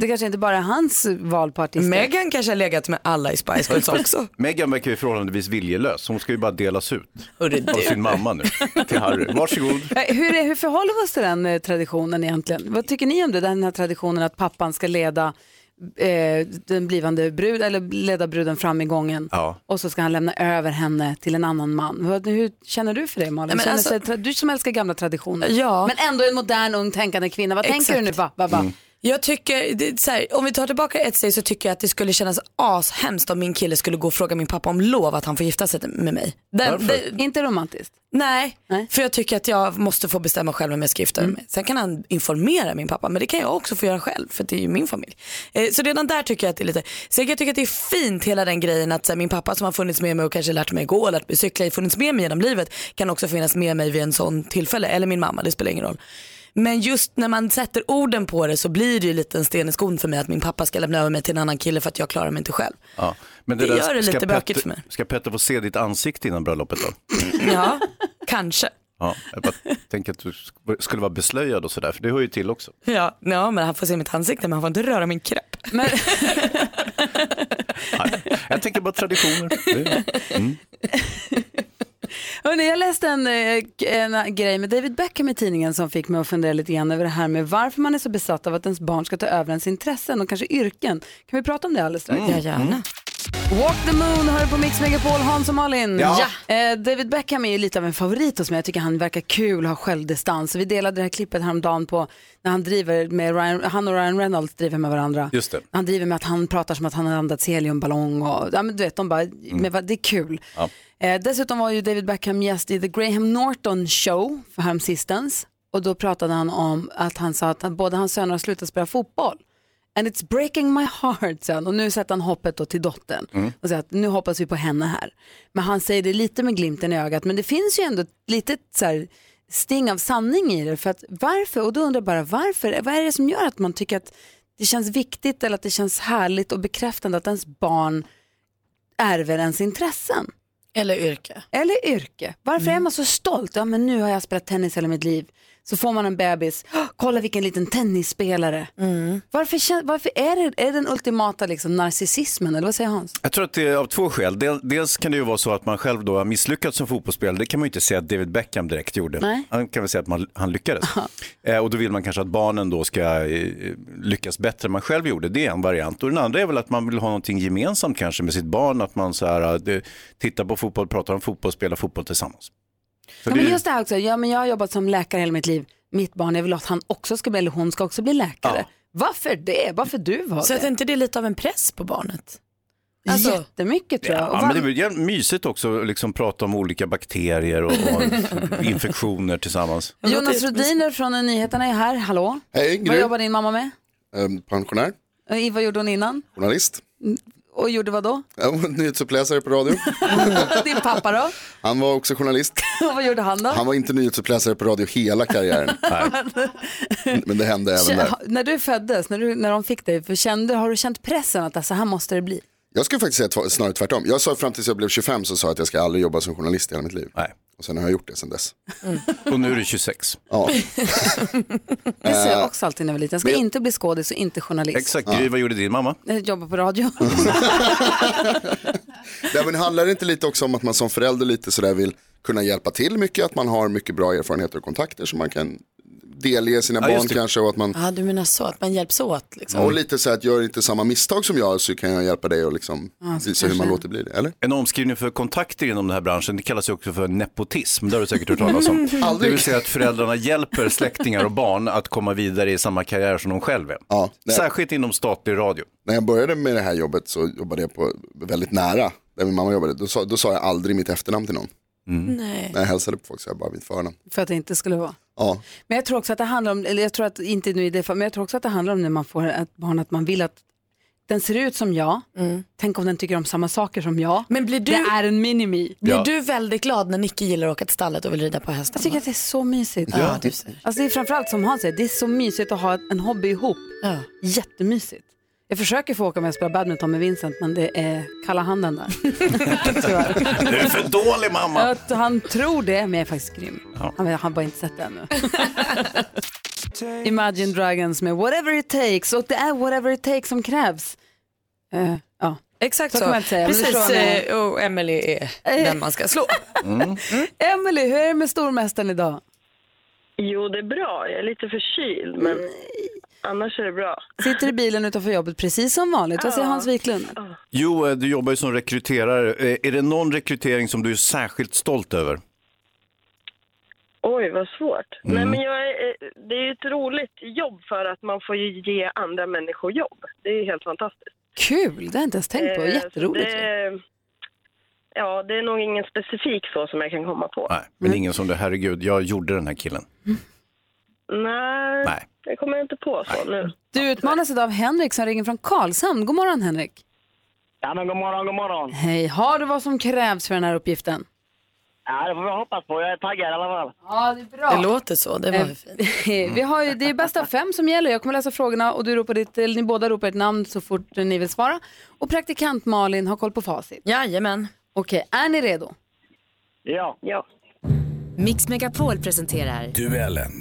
Speaker 1: Det kanske inte bara är hans val på artister.
Speaker 2: Meghan kanske har legat med alla i Spice Girls också.
Speaker 3: Megan verkar ju förhållandevis viljelös. Hon ska ju bara delas ut
Speaker 2: Hörru, du.
Speaker 3: av sin mamma nu till Harry. Varsågod.
Speaker 1: Nej, Hur, är, hur förhåller vi oss till den eh, traditionen egentligen? Vad tycker ni om det, den här traditionen att pappan ska leda eh, den blivande brud, eller leda bruden fram i gången
Speaker 3: Ja.
Speaker 1: och så ska han lämna över henne till en annan man. Vad- Hur känner du för det Malin?
Speaker 2: Nej, men
Speaker 1: Känner
Speaker 2: alltså-
Speaker 1: sig tra- du som älskar gamla traditioner,
Speaker 2: Ja.
Speaker 1: men ändå en modern ung tänkande kvinna. Vad tänker du nu? Va, va, va?
Speaker 2: Jag tycker, det, är så här, om vi tar tillbaka ett steg så tycker jag att det skulle kännas ashemskt om min kille skulle gå och fråga min pappa om lov att han får gifta sig med mig. Den, det,
Speaker 1: Inte romantiskt.
Speaker 2: Nej, för jag tycker att jag måste få bestämma själv vem jag ska gifta mig med. Sen kan han informera min pappa, men det kan jag också få göra själv för det är ju min familj. Eh, så redan där tycker jag att det är lite, sen kan jag tycka att det är fint hela den grejen att så här, min pappa som har funnits med mig och kanske lärt mig gå, lärt mig cykla, funnits med mig genom livet kan också finnas med mig vid en sån tillfälle, eller min mamma, det spelar ingen roll. Men just när man sätter orden på det så blir det ju lite en sten i skon för mig att min pappa ska lämna över mig till en annan kille för att jag klarar mig inte själv.
Speaker 3: Ja. Men
Speaker 2: Det
Speaker 3: där
Speaker 2: gör det
Speaker 3: ska
Speaker 2: lite bökigt
Speaker 3: Petter-
Speaker 2: för mig.
Speaker 3: Ska Petter få se ditt ansikte innan bröllopet då?
Speaker 2: Ja, kanske.
Speaker 3: Ja, jag bara tänker att du sk- skulle vara beslöjad och sådär, för det hör ju till också.
Speaker 2: Ja, ja, men han får se mitt ansikte men han får inte röra min kropp.
Speaker 3: Jag tänker bara traditioner. Det- Mm.
Speaker 1: Hörrni, jag läste en, eh, k- en grej med David Beckham i tidningen som fick mig att fundera lite grann över det här med varför man är så besatt av att ens barn ska ta över ens intressen och kanske yrken. Kan vi prata om det alldeles strax?
Speaker 2: Mm.
Speaker 1: Mm.
Speaker 2: Ja, gärna.
Speaker 1: Walk the moon hör du på Mix Megapol, Hans och Malin.
Speaker 2: Ja.
Speaker 1: Eh, David Beckham är ju lite av en favorit hos mig. Jag tycker han verkar kul, har självdistans. Vi delade det här klippet häromdagen på när han, driver med Ryan, han och Ryan Reynolds driver med varandra.
Speaker 3: Just det.
Speaker 1: Han driver med att han pratar som att han har andats heliumballong och ja, men du vet, de bara, men vad, det är kul.
Speaker 3: Mm. Ja.
Speaker 1: Eh, dessutom var ju David Beckham gäst i The Graham Norton Show för häromsistens och då pratade han om att han sa att han, båda hans söner har slutat spela fotboll. And it's breaking my heart, sa han. Och nu sätter han hoppet då till dottern
Speaker 5: Mm.
Speaker 1: och säger att nu hoppas vi på henne här. Men han säger det lite med glimten i ögat, men det finns ju ändå ett litet så här, sting av sanning i det. För att varför, och då undrar jag bara varför, vad är det som gör att man tycker att det känns viktigt eller att det känns härligt och bekräftande att ens barn ärver ens intressen?
Speaker 2: Eller yrke.
Speaker 1: Eller yrke. Varför
Speaker 3: Mm.
Speaker 1: är man så stolt? Ja, men nu har jag spelat tennis hela mitt liv. Så får man en bebis. "Åh, Kolla vilken liten tennisspelare.
Speaker 3: Mm.
Speaker 1: Varför, kän- varför är det är det den ultimata liksom, narcissismen? Eller vad säger Hans?
Speaker 3: Jag tror att det är av två skäl. Del- Dels kan det ju vara så att man själv då har misslyckats som fotbollsspelare. Det kan man ju inte säga att David Beckham direkt gjorde.
Speaker 1: Nej.
Speaker 3: Han kan väl säga att man, han lyckades. eh, och då vill man kanske att barnen då ska eh, lyckas bättre än man själv gjorde. Det är en variant. Och den andra är väl att man vill ha någonting gemensamt kanske med sitt barn. Att man så här, eh, det- tittar på fotboll, pratar om fotboll, spelar fotboll tillsammans. Så
Speaker 1: Ja,
Speaker 3: det är
Speaker 1: men
Speaker 3: ju-
Speaker 1: just det här också. Ja, men jag har jobbat som läkare hela mitt liv. Mitt barn, jag vill att han också ska bli, eller hon ska också bli läkare. Varför det? Varför du var
Speaker 2: Så att
Speaker 1: det?
Speaker 2: inte det är lite av en press på barnet? Alltså-
Speaker 1: Jättemycket tror jag. Och
Speaker 3: Ja,
Speaker 1: var-
Speaker 3: men det är väl jävligt mysigt också att liksom prata om olika bakterier och, och infektioner tillsammans.
Speaker 1: Jonas Rhodiner från Nyheterna är här. Hallå?
Speaker 9: Hej,
Speaker 1: Vad
Speaker 9: Gry.
Speaker 1: jobbar din mamma med?
Speaker 9: Ehm, Pensionär,
Speaker 1: Och i- Vad gjorde hon innan?
Speaker 9: journalist,
Speaker 1: Och gjorde vad då?
Speaker 9: Ja, och nyhetsuppläsare på radio.
Speaker 1: Din pappa då?
Speaker 9: Han var också journalist.
Speaker 1: Och vad gjorde han då?
Speaker 9: Han var inte nyhetsuppläsare på radio hela karriären. Men det hände även där.
Speaker 1: Kä- när du föddes, när, du, när de fick dig, för kände, har du känt pressen att ah, så här måste det bli?
Speaker 9: Jag skulle faktiskt säga tv- snarare tvärtom. Jag sa fram tills jag blev 25 så sa jag att jag ska aldrig jobba som journalist i hela mitt liv. Och sen har jag gjort det sen dess.
Speaker 3: Och nu är du 26.
Speaker 9: Ja.
Speaker 1: Det sa jag
Speaker 9: Eh,
Speaker 1: också alltid när jag var liten. Jag ska
Speaker 9: men-
Speaker 1: inte bli skådis och inte journalist.
Speaker 3: Exakt, Gry, vad gjorde din mamma?
Speaker 1: Jag jobbar på radio.
Speaker 9: Mm. Nej, men handlar det inte lite också om att man som förälder lite sådär vill kunna hjälpa till mycket, att man har mycket bra erfarenheter och kontakter som man kan delge sina
Speaker 2: Ja, just
Speaker 9: barn
Speaker 2: det.
Speaker 9: kanske och att man
Speaker 2: Ja, du menar så, att man hjälps åt liksom.
Speaker 9: Och lite så här att gör inte samma misstag som jag så kan jag hjälpa dig och liksom
Speaker 2: Ja, så
Speaker 9: visa hur man
Speaker 2: kanske.
Speaker 9: låter bli det, eller?
Speaker 3: En omskrivning för kontakter inom den här branschen, det kallas ju också för nepotism, det har du säkert hört talas om. Det
Speaker 9: Aldrig.
Speaker 3: vill säga att föräldrarna hjälper släktingar och barn att komma vidare i samma karriär som de själv är.
Speaker 9: nej.
Speaker 3: Särskilt inom statlig radio.
Speaker 9: När jag började med det här jobbet så jobbade jag på väldigt nära där min mamma jobbade. Då sa, då sa jag aldrig mitt efternamn till någon.
Speaker 2: Mm.
Speaker 1: Nej.
Speaker 9: När jag hälsade på folk så sa jag bara mitt förnamn.
Speaker 1: För att det inte skulle vara.
Speaker 9: Ja,
Speaker 1: Men jag tror också att det handlar om, eller jag tror att, inte nu i det fallet, men jag tror också att det handlar om när man får ett barn att man vill att den ser ut som jag, tänk om den tycker om samma saker som jag.
Speaker 2: Mm. Men blir du,
Speaker 1: Det är en minimi.
Speaker 2: blir
Speaker 1: Ja.
Speaker 2: du väldigt glad när Nicky gillar att åka till stallet och vill rida på hästen?
Speaker 1: Jag tycker att det är så mysigt.
Speaker 2: Ja, Ja. du ser.
Speaker 1: Alltså det är framförallt som han säger, det är så mysigt att ha en hobby ihop. Jättemysigt. Jag försöker få åka med och spela badminton med Vincent, men det är kalla handen där.
Speaker 3: Du är för dålig mamma.
Speaker 1: Att han tror det, men jag är faktiskt grym. Han har bara inte sett det ännu. Imagine Dragons med Whatever It Takes och det är Whatever It Takes som krävs. Eh, ja.
Speaker 2: Exakt
Speaker 1: så.
Speaker 2: så.
Speaker 1: kan man inte säga. men du Eh,
Speaker 2: Precis,
Speaker 1: förstår vad jag menar.
Speaker 2: eh, och Emily är den man ska slå.
Speaker 1: Emily, hur är det med stormästaren idag?
Speaker 10: Jo, det är bra. Jag är lite förkyld, men annars är det bra.
Speaker 1: Sitter i bilen utanför jobbet precis som vanligt. Vad säger Hans Wiklund?
Speaker 3: Jo, eh, du jobbar ju som rekryterare. Eh, Är det någon rekrytering som du är särskilt stolt över?
Speaker 10: Oj, vad svårt.
Speaker 3: Mm.
Speaker 10: Nej, men jag är, eh, det är ju ett roligt jobb för att man får ju ge andra människor jobb. Det är ju helt fantastiskt.
Speaker 1: Kul, det har jag inte ens tänkt på.
Speaker 10: Eh, så
Speaker 1: Jätteroligt.
Speaker 10: Det, ja, det är nog ingen specifik så som jag kan komma på.
Speaker 3: Nej, men ingen som du, herregud, jag gjorde den här killen.
Speaker 10: Nej,
Speaker 3: Nej.
Speaker 10: det kommer jag inte på så nu.
Speaker 1: Du utmanas idag av Henrik som ringer från Karlshamn. God morgon Henrik.
Speaker 13: Ja, men god morgon, god morgon.
Speaker 1: Hej, har du vad som krävs för den här uppgiften?
Speaker 13: Ja, det får vi hoppas på. Jag är taggad i alla fall.
Speaker 1: Ja, det är bra.
Speaker 2: Det låter så, det var
Speaker 1: Eh, Vi har ju, det är bäst av fem som gäller. Jag kommer läsa frågorna och du ropar ditt, eller ni båda ropar ett namn så fort ni vill svara. Och praktikant Malin har koll på facit.
Speaker 2: Jajamän.
Speaker 1: Okej, är ni redo?
Speaker 13: Ja.
Speaker 10: ja.
Speaker 11: Mix Megapol presenterar...
Speaker 14: Duellen.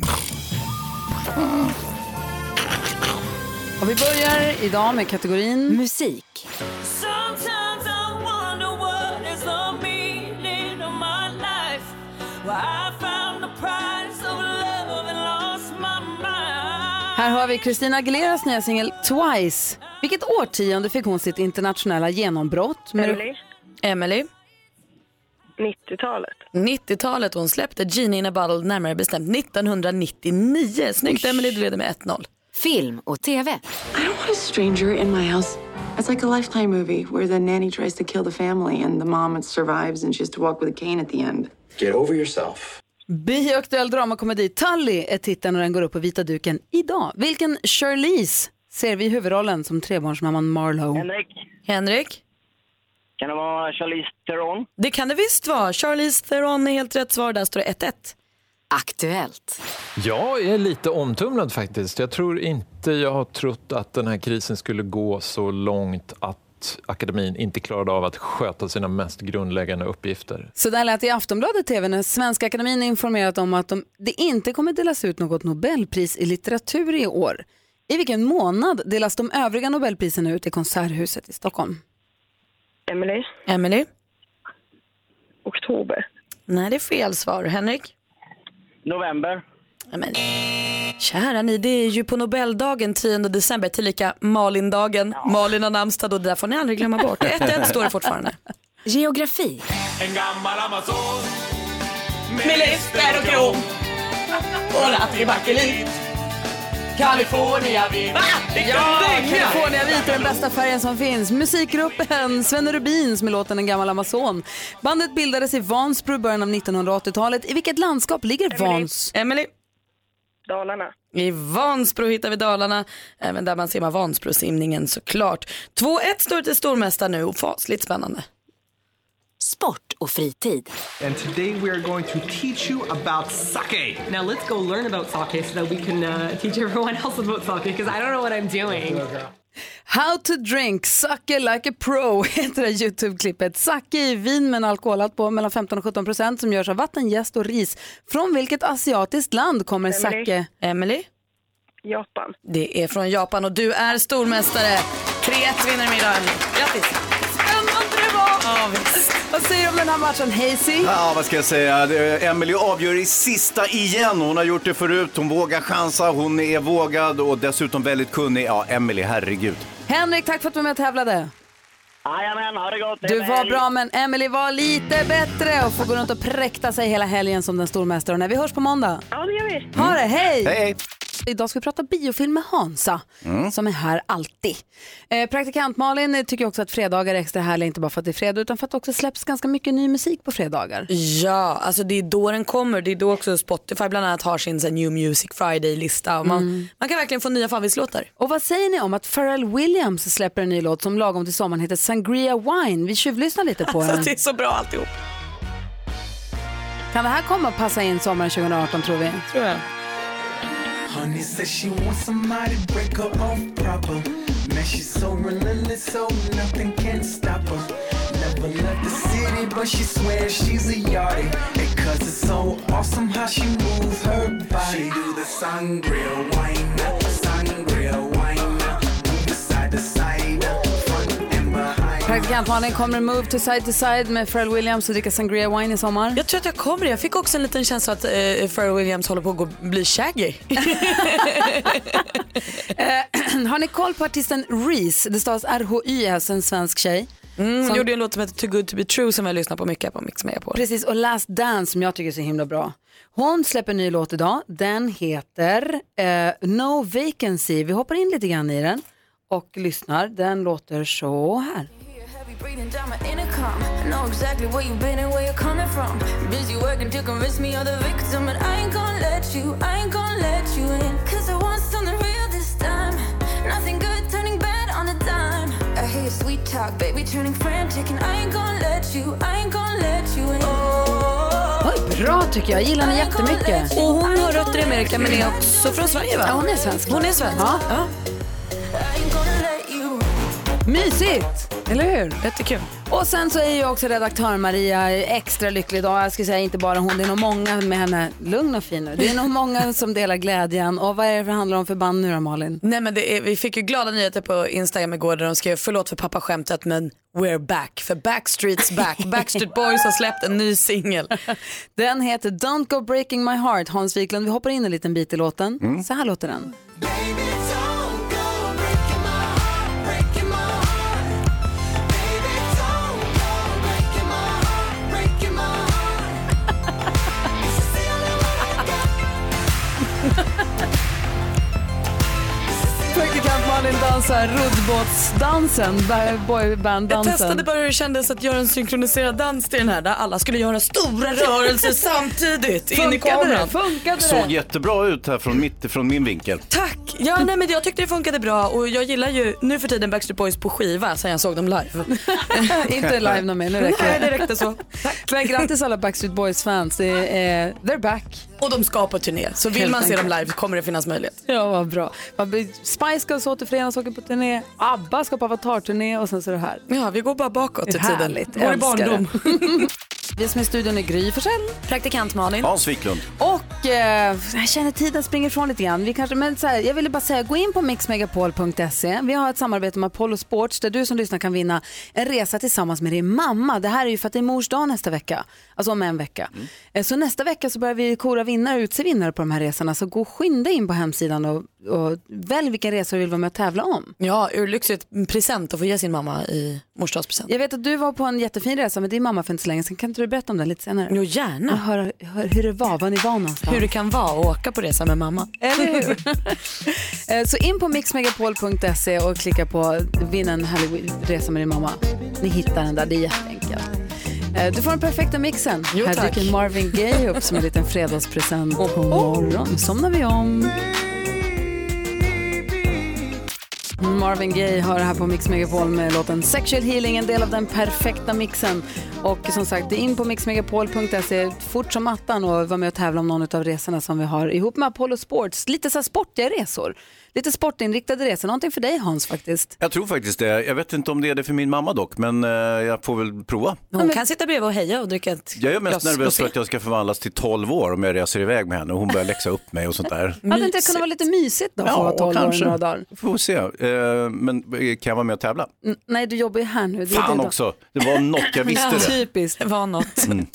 Speaker 1: Och vi börjar idag med kategorin musik.
Speaker 5: Sometimes I wonder what is the meaning of my life. Where I found the price of love and lost my mind.
Speaker 1: Här har vi Christina Aguileras nya singel Twice. Vilket årtionde fick hon sitt internationella genombrott? Med-
Speaker 2: Emily. Emily.
Speaker 10: 90-talet.
Speaker 2: 90-talet. Hon släppte Genie in a Bottle, närmare bestämt 1999. Snyggt Emily, du leder med 1-0.
Speaker 11: Film och TV.
Speaker 15: I don't want a stranger in my house. It's like a lifetime movie where the nanny tries to kill the family and the mom survives and she has to walk with a cane at the end.
Speaker 16: Get over yourself.
Speaker 1: Bioaktuell dramakomedi Tully är titeln och den går upp på vita duken idag. Vilken Charlize ser vi i huvudrollen som trebarnsmamman Marlowe?
Speaker 13: Henrik.
Speaker 2: Henrik?
Speaker 13: Kan det vara Charlize Theron?
Speaker 2: Det kan det visst vara. Charlize Theron är helt rätt svar. Där står det 1-1.
Speaker 11: Aktuellt.
Speaker 17: Jag är lite omtumlad faktiskt. Jag tror inte jag har trott att den här krisen skulle gå så långt att akademin inte klarade av att sköta sina mest grundläggande uppgifter.
Speaker 1: Så där lät det i Aftonbladet TV när Svenska Akademin informerat om att de, det inte kommer delas ut något Nobelpris i litteratur i år. I vilken månad delas de övriga Nobelprisen ut i Konserthuset i Stockholm?
Speaker 10: Emily.
Speaker 2: Emily.
Speaker 10: Oktober.
Speaker 2: Nej, det är fel svar. Henrik?
Speaker 13: November.
Speaker 2: Nej, men, kära ni, det är ju på Nobeldagen 10 december, tillika Malindagen. Malin har namnsdag och det där får ni aldrig glömma bort. 1-1 står det fortfarande.
Speaker 11: Geografi.
Speaker 5: En gammal amazon
Speaker 13: Med läster och krom och lattribakelit. California vi... Va?
Speaker 1: Ja, California vit är den bästa färgen som finns. Musikgruppen Svenne Rubins med låten En gammal amazon. Bandet bildades i Vansbro i början av 1980-talet. I vilket landskap ligger Vans?
Speaker 2: Emily.
Speaker 10: Dalarna.
Speaker 2: I Vansbro hittar vi Dalarna, även där man simmar Vansbrosimningen såklart. 2-1 står det till stormästaren nu och fasligt spännande.
Speaker 11: Sport och fritid.
Speaker 18: And today we are going to teach you about sake.
Speaker 19: Now let's go learn about sake so that we can uh, teach everyone else about sake because I don't know what I'm doing.
Speaker 1: How to drink sake like a pro heter det här Youtube-klippet. Sake i vin med en alkoholhalt på mellan 15 och 17 procent som görs av vatten, jäst och ris. Från vilket asiatiskt land kommer
Speaker 2: Emily.
Speaker 1: sake?
Speaker 2: Emily?
Speaker 10: Japan.
Speaker 2: Det är från Japan och du är stormästare. 3-1 vinner du idag. Grattis! Spännande det var! Ja, visst.
Speaker 1: Vad säger du om den här matchen, Hazy?
Speaker 3: Ja, vad ska jag säga? Det- Emily avgör i sista igen. Hon har gjort det förut. Hon vågar chansa. Hon är vågad och dessutom väldigt kunnig. Ja, Emily, herregud.
Speaker 1: Henrik, tack för att du var med och tävlade.
Speaker 13: Jajamän, ha det gott.
Speaker 1: Du var bra, men Emily var lite bättre och får gå runt och präkta sig hela helgen som den stormästaren. Vi hörs på måndag.
Speaker 10: Ja, det gör vi.
Speaker 1: Ha det, hej!
Speaker 10: Hej.
Speaker 1: Idag ska vi prata biofilm med Hansa,
Speaker 10: Mm.
Speaker 1: som är här alltid. Eh, praktikant Malin tycker också att fredagar är extra härliga, inte bara för att det är fredag, utan för att det också släpps ganska mycket ny musik på fredagar.
Speaker 2: Ja, alltså det är då den kommer. Det är då också Spotify bland annat har sin så här, New Music Friday-lista. Och Man,
Speaker 1: Mm.
Speaker 2: man kan verkligen få nya favoritlåtar.
Speaker 1: Och vad säger ni om att Pharrell Williams släpper en ny låt som lagom till sommaren heter Sangria Wine? Vi tjuvlyssnar lite på
Speaker 2: Alltså,
Speaker 1: den.
Speaker 2: det är så bra alltihop.
Speaker 1: Kan det här komma att passa in sommaren 2018 tror vi?
Speaker 2: Tror jag.
Speaker 14: Honey says she wants somebody break her off proper. Man, she's so relentless, so nothing can stop her. Never left the city, but she swears she's a yardie. And cause it's so awesome how she moves her body. She do the sangria wine, sangria wine. Move the side to side, front and behind.
Speaker 1: Praktikant-Malin, kommer Move to side to side med Pharrell Williams och dricka sangria wine i sommar?
Speaker 2: Jag tror att jag kommer det. Jag fick också en liten känsla att eh, Pharrell Williams håller på att gå, bli Shaggy.
Speaker 1: Har ni koll på artisten Reese? Det stavas R-H-Y-S, alltså en svensk tjej.
Speaker 2: Mm, hon gjorde en låt som heter Too good to be true som jag lyssnar på mycket på Mix på.
Speaker 1: Precis, och Last Dance som jag tycker är så himla bra. Hon släpper en ny låt idag. Den heter eh, No Vacancy. Vi hoppar in lite grann i den och lyssnar. Den låter så här.
Speaker 16: breathing down my intercom. I know exactly where you've been and where you're coming from. Busy working to convince me you're the victim, and I ain't gonna let you, I ain't gonna let you in. Cause I want something real this time. Nothing good turning bad on a dime. I hear your sweet talk, baby, turning frantic, and I ain't gonna let you, I ain't gonna let you in.
Speaker 1: Oj, bra tycker jag. Jag gillar henne jättemycket.
Speaker 2: Och hon har rötter i Amerika men är också från Sverige va?
Speaker 1: Ja, hon är svensk.
Speaker 2: Hon är svensk. Ja.
Speaker 1: Mysigt, eller hur? Jättekul. Och sen så är ju också redaktör Maria extra lycklig idag. Jag skulle säga inte bara hon, det är nog många med henne. Lugn och fin nu. Det är nog många som delar glädjen. Och vad är det för handlar om för band nu då Malin?
Speaker 2: Nej men det är, vi fick ju glada nyheter på Instagram igår där de skrev förlåt för pappa skämtet men we're back. För Backstreet's back. Backstreet Boys har släppt en ny singel.
Speaker 1: Den heter Don't Go Breaking My Heart, Hans Wiklund. Vi hoppar in en liten bit i låten. Så här låter den. Praktikant Malin dansar roddbåtsdansen, ba-
Speaker 2: Jag
Speaker 1: boybanddansen.
Speaker 2: testade bara hur det kändes att göra en synkroniserad dans till den här där alla skulle göra stora rörelser samtidigt in i
Speaker 1: Funkade det?
Speaker 2: kameran.
Speaker 1: Funkade
Speaker 3: Såg jättebra ut här från, mitt, från min vinkel.
Speaker 2: Tack! Ja, nej, men jag tyckte det funkade bra och jag gillar ju nu för tiden Backstreet Boys på skiva sen jag såg dem live.
Speaker 1: Inte live någon mer, nu räcker
Speaker 2: Nej, det räckte så.
Speaker 1: Men grattis alla Backstreet Boys-fans, Det är- eh, they're back.
Speaker 2: Och de ska på turné, så vill
Speaker 1: Helt
Speaker 2: man se dem
Speaker 1: enkelt.
Speaker 2: live kommer det finnas möjlighet.
Speaker 1: Ja, vad bra. Vad blir- Spice Girls återförenas, åker på turné, ABBA ska på avatarturné och sen så det här.
Speaker 2: Ja, vi går bara bakåt i
Speaker 1: det är
Speaker 2: tiden.
Speaker 1: Härligt,
Speaker 2: Vår
Speaker 1: älskar
Speaker 2: barndom.
Speaker 1: det. Vi som är i studion är Gry Forssell.
Speaker 2: Praktikant Malin.
Speaker 3: Hans Wiklund.
Speaker 1: Och eh, jag känner tiden springer ifrån lite grann. Vi kanske, men så här, jag ville bara säga, gå in på mixmegapol.se. Vi har ett samarbete med Apollo Sports där du som lyssnar kan vinna en resa tillsammans med din mamma. Det här är ju för att det är mors dag nästa vecka, alltså om en vecka. Eh, Så nästa vecka så börjar vi kora vinnare och utse vinnare på de här resorna. Så gå skynda in på hemsidan och, och välj vilka resor du vill vara med och tävla om.
Speaker 2: Ja, urlyxigt present att få ge sin mamma i morsdagspresent.
Speaker 1: Jag vet att du var på en jättefin resa med din mamma för inte så länge sedan. Kan inte du berätta om den lite senare?
Speaker 2: Jo, gärna.
Speaker 1: Och höra hör, hur det var, var ni var någonstans.
Speaker 2: Hur det kan vara att åka på resa med mamma.
Speaker 1: Eller hur? Eh, Så in på mixmegapol.se och klicka på vinn en härlig resa med din mamma. Ni hittar den där, det är jätteenkelt. Eh, Du får den perfekta mixen.
Speaker 2: Jo,
Speaker 1: Här
Speaker 2: tack. Oh,
Speaker 1: dyker Marvin Gaye upp som en liten fredagspresent. God morgon, somnar vi om. Marvin Gaye hör här på Mix Megapol med låten Sexual Healing, en del av den perfekta mixen. Och som sagt, in på mixmegapol.se fort som attan och var med och tävla om någon av resorna som vi har ihop med Apollo Sports. Lite så här sportiga resor, lite sportinriktade resor. Någonting för dig Hans faktiskt.
Speaker 3: Jag tror faktiskt det. Jag vet inte om det är det för min mamma dock, men eh, jag får väl prova.
Speaker 2: Hon kan sitta bredvid och heja och dricka ett
Speaker 3: Jag är mest
Speaker 2: glas
Speaker 3: nervös för
Speaker 2: rosé.
Speaker 3: att jag ska förvandlas till 12 år om jag reser iväg med henne och hon börjar läxa upp mig och sånt där.
Speaker 1: Hade inte det kunnat vara lite mysigt då? för att vara 12 år i några dagar?
Speaker 3: Får vi se. Eh, Men eh, kan jag vara med och tävla?
Speaker 1: N- Nej, du jobbar ju här nu. Det är
Speaker 3: Fan
Speaker 1: det då.
Speaker 3: också, det var något, jag visste det.
Speaker 1: Typiskt. Det
Speaker 2: var något.
Speaker 3: Mm.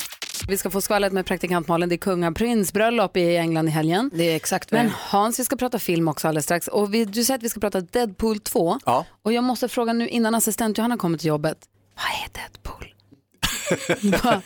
Speaker 1: Vi ska få skvallret med praktikant Malin. Det är kungaprins bröllop i England i helgen.
Speaker 2: Det är exakt
Speaker 1: Men Hans, vi ska prata film också alldeles strax. Och vi, du säger att vi ska prata Deadpool 2.
Speaker 3: Ja.
Speaker 1: Och jag måste fråga nu innan assistent Johanna kommer till jobbet. Vad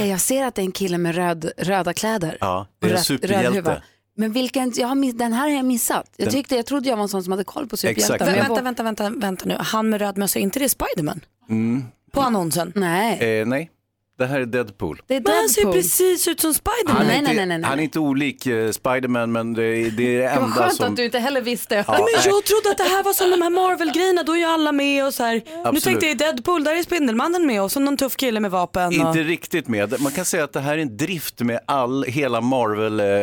Speaker 1: är, jag ser att det är en kille med röd, röda kläder.
Speaker 3: Ja, det är en
Speaker 1: Röd- röd
Speaker 3: superhjälte.
Speaker 1: huva. Men vilken, jag har miss, den här har jag missat. Jag,
Speaker 3: Den-
Speaker 1: tyckte, jag trodde jag var en sån som hade koll på superhjältar.
Speaker 3: Exakt.
Speaker 1: men jag
Speaker 2: Vänta, vänta, vänta, vänta nu. Han med röd mössa, är inte det Spiderman?
Speaker 3: Mm.
Speaker 2: På annonsen?
Speaker 1: Nej.
Speaker 3: Eh, nej. Det här är Deadpool.
Speaker 1: Det är
Speaker 2: Men han ser ju
Speaker 1: Deadpool.
Speaker 2: precis ut som Spiderman.
Speaker 3: är inte, han är inte olik eh, Spiderman men det är det, är det
Speaker 1: Det var
Speaker 3: enda
Speaker 1: skönt
Speaker 3: som...
Speaker 1: att du inte heller visste.
Speaker 3: Ja,
Speaker 2: Nej, men
Speaker 3: nej.
Speaker 2: jag trodde att det här var som de här Marvel-grejerna, då är ju alla med och så här. Nu
Speaker 3: Absolut.
Speaker 2: tänkte jag i Deadpool, där är Spindelmannen med och så någon tuff kille med vapen.
Speaker 3: Inte
Speaker 2: Och...
Speaker 3: riktigt med. Man kan säga att det här är en drift med all, hela eh,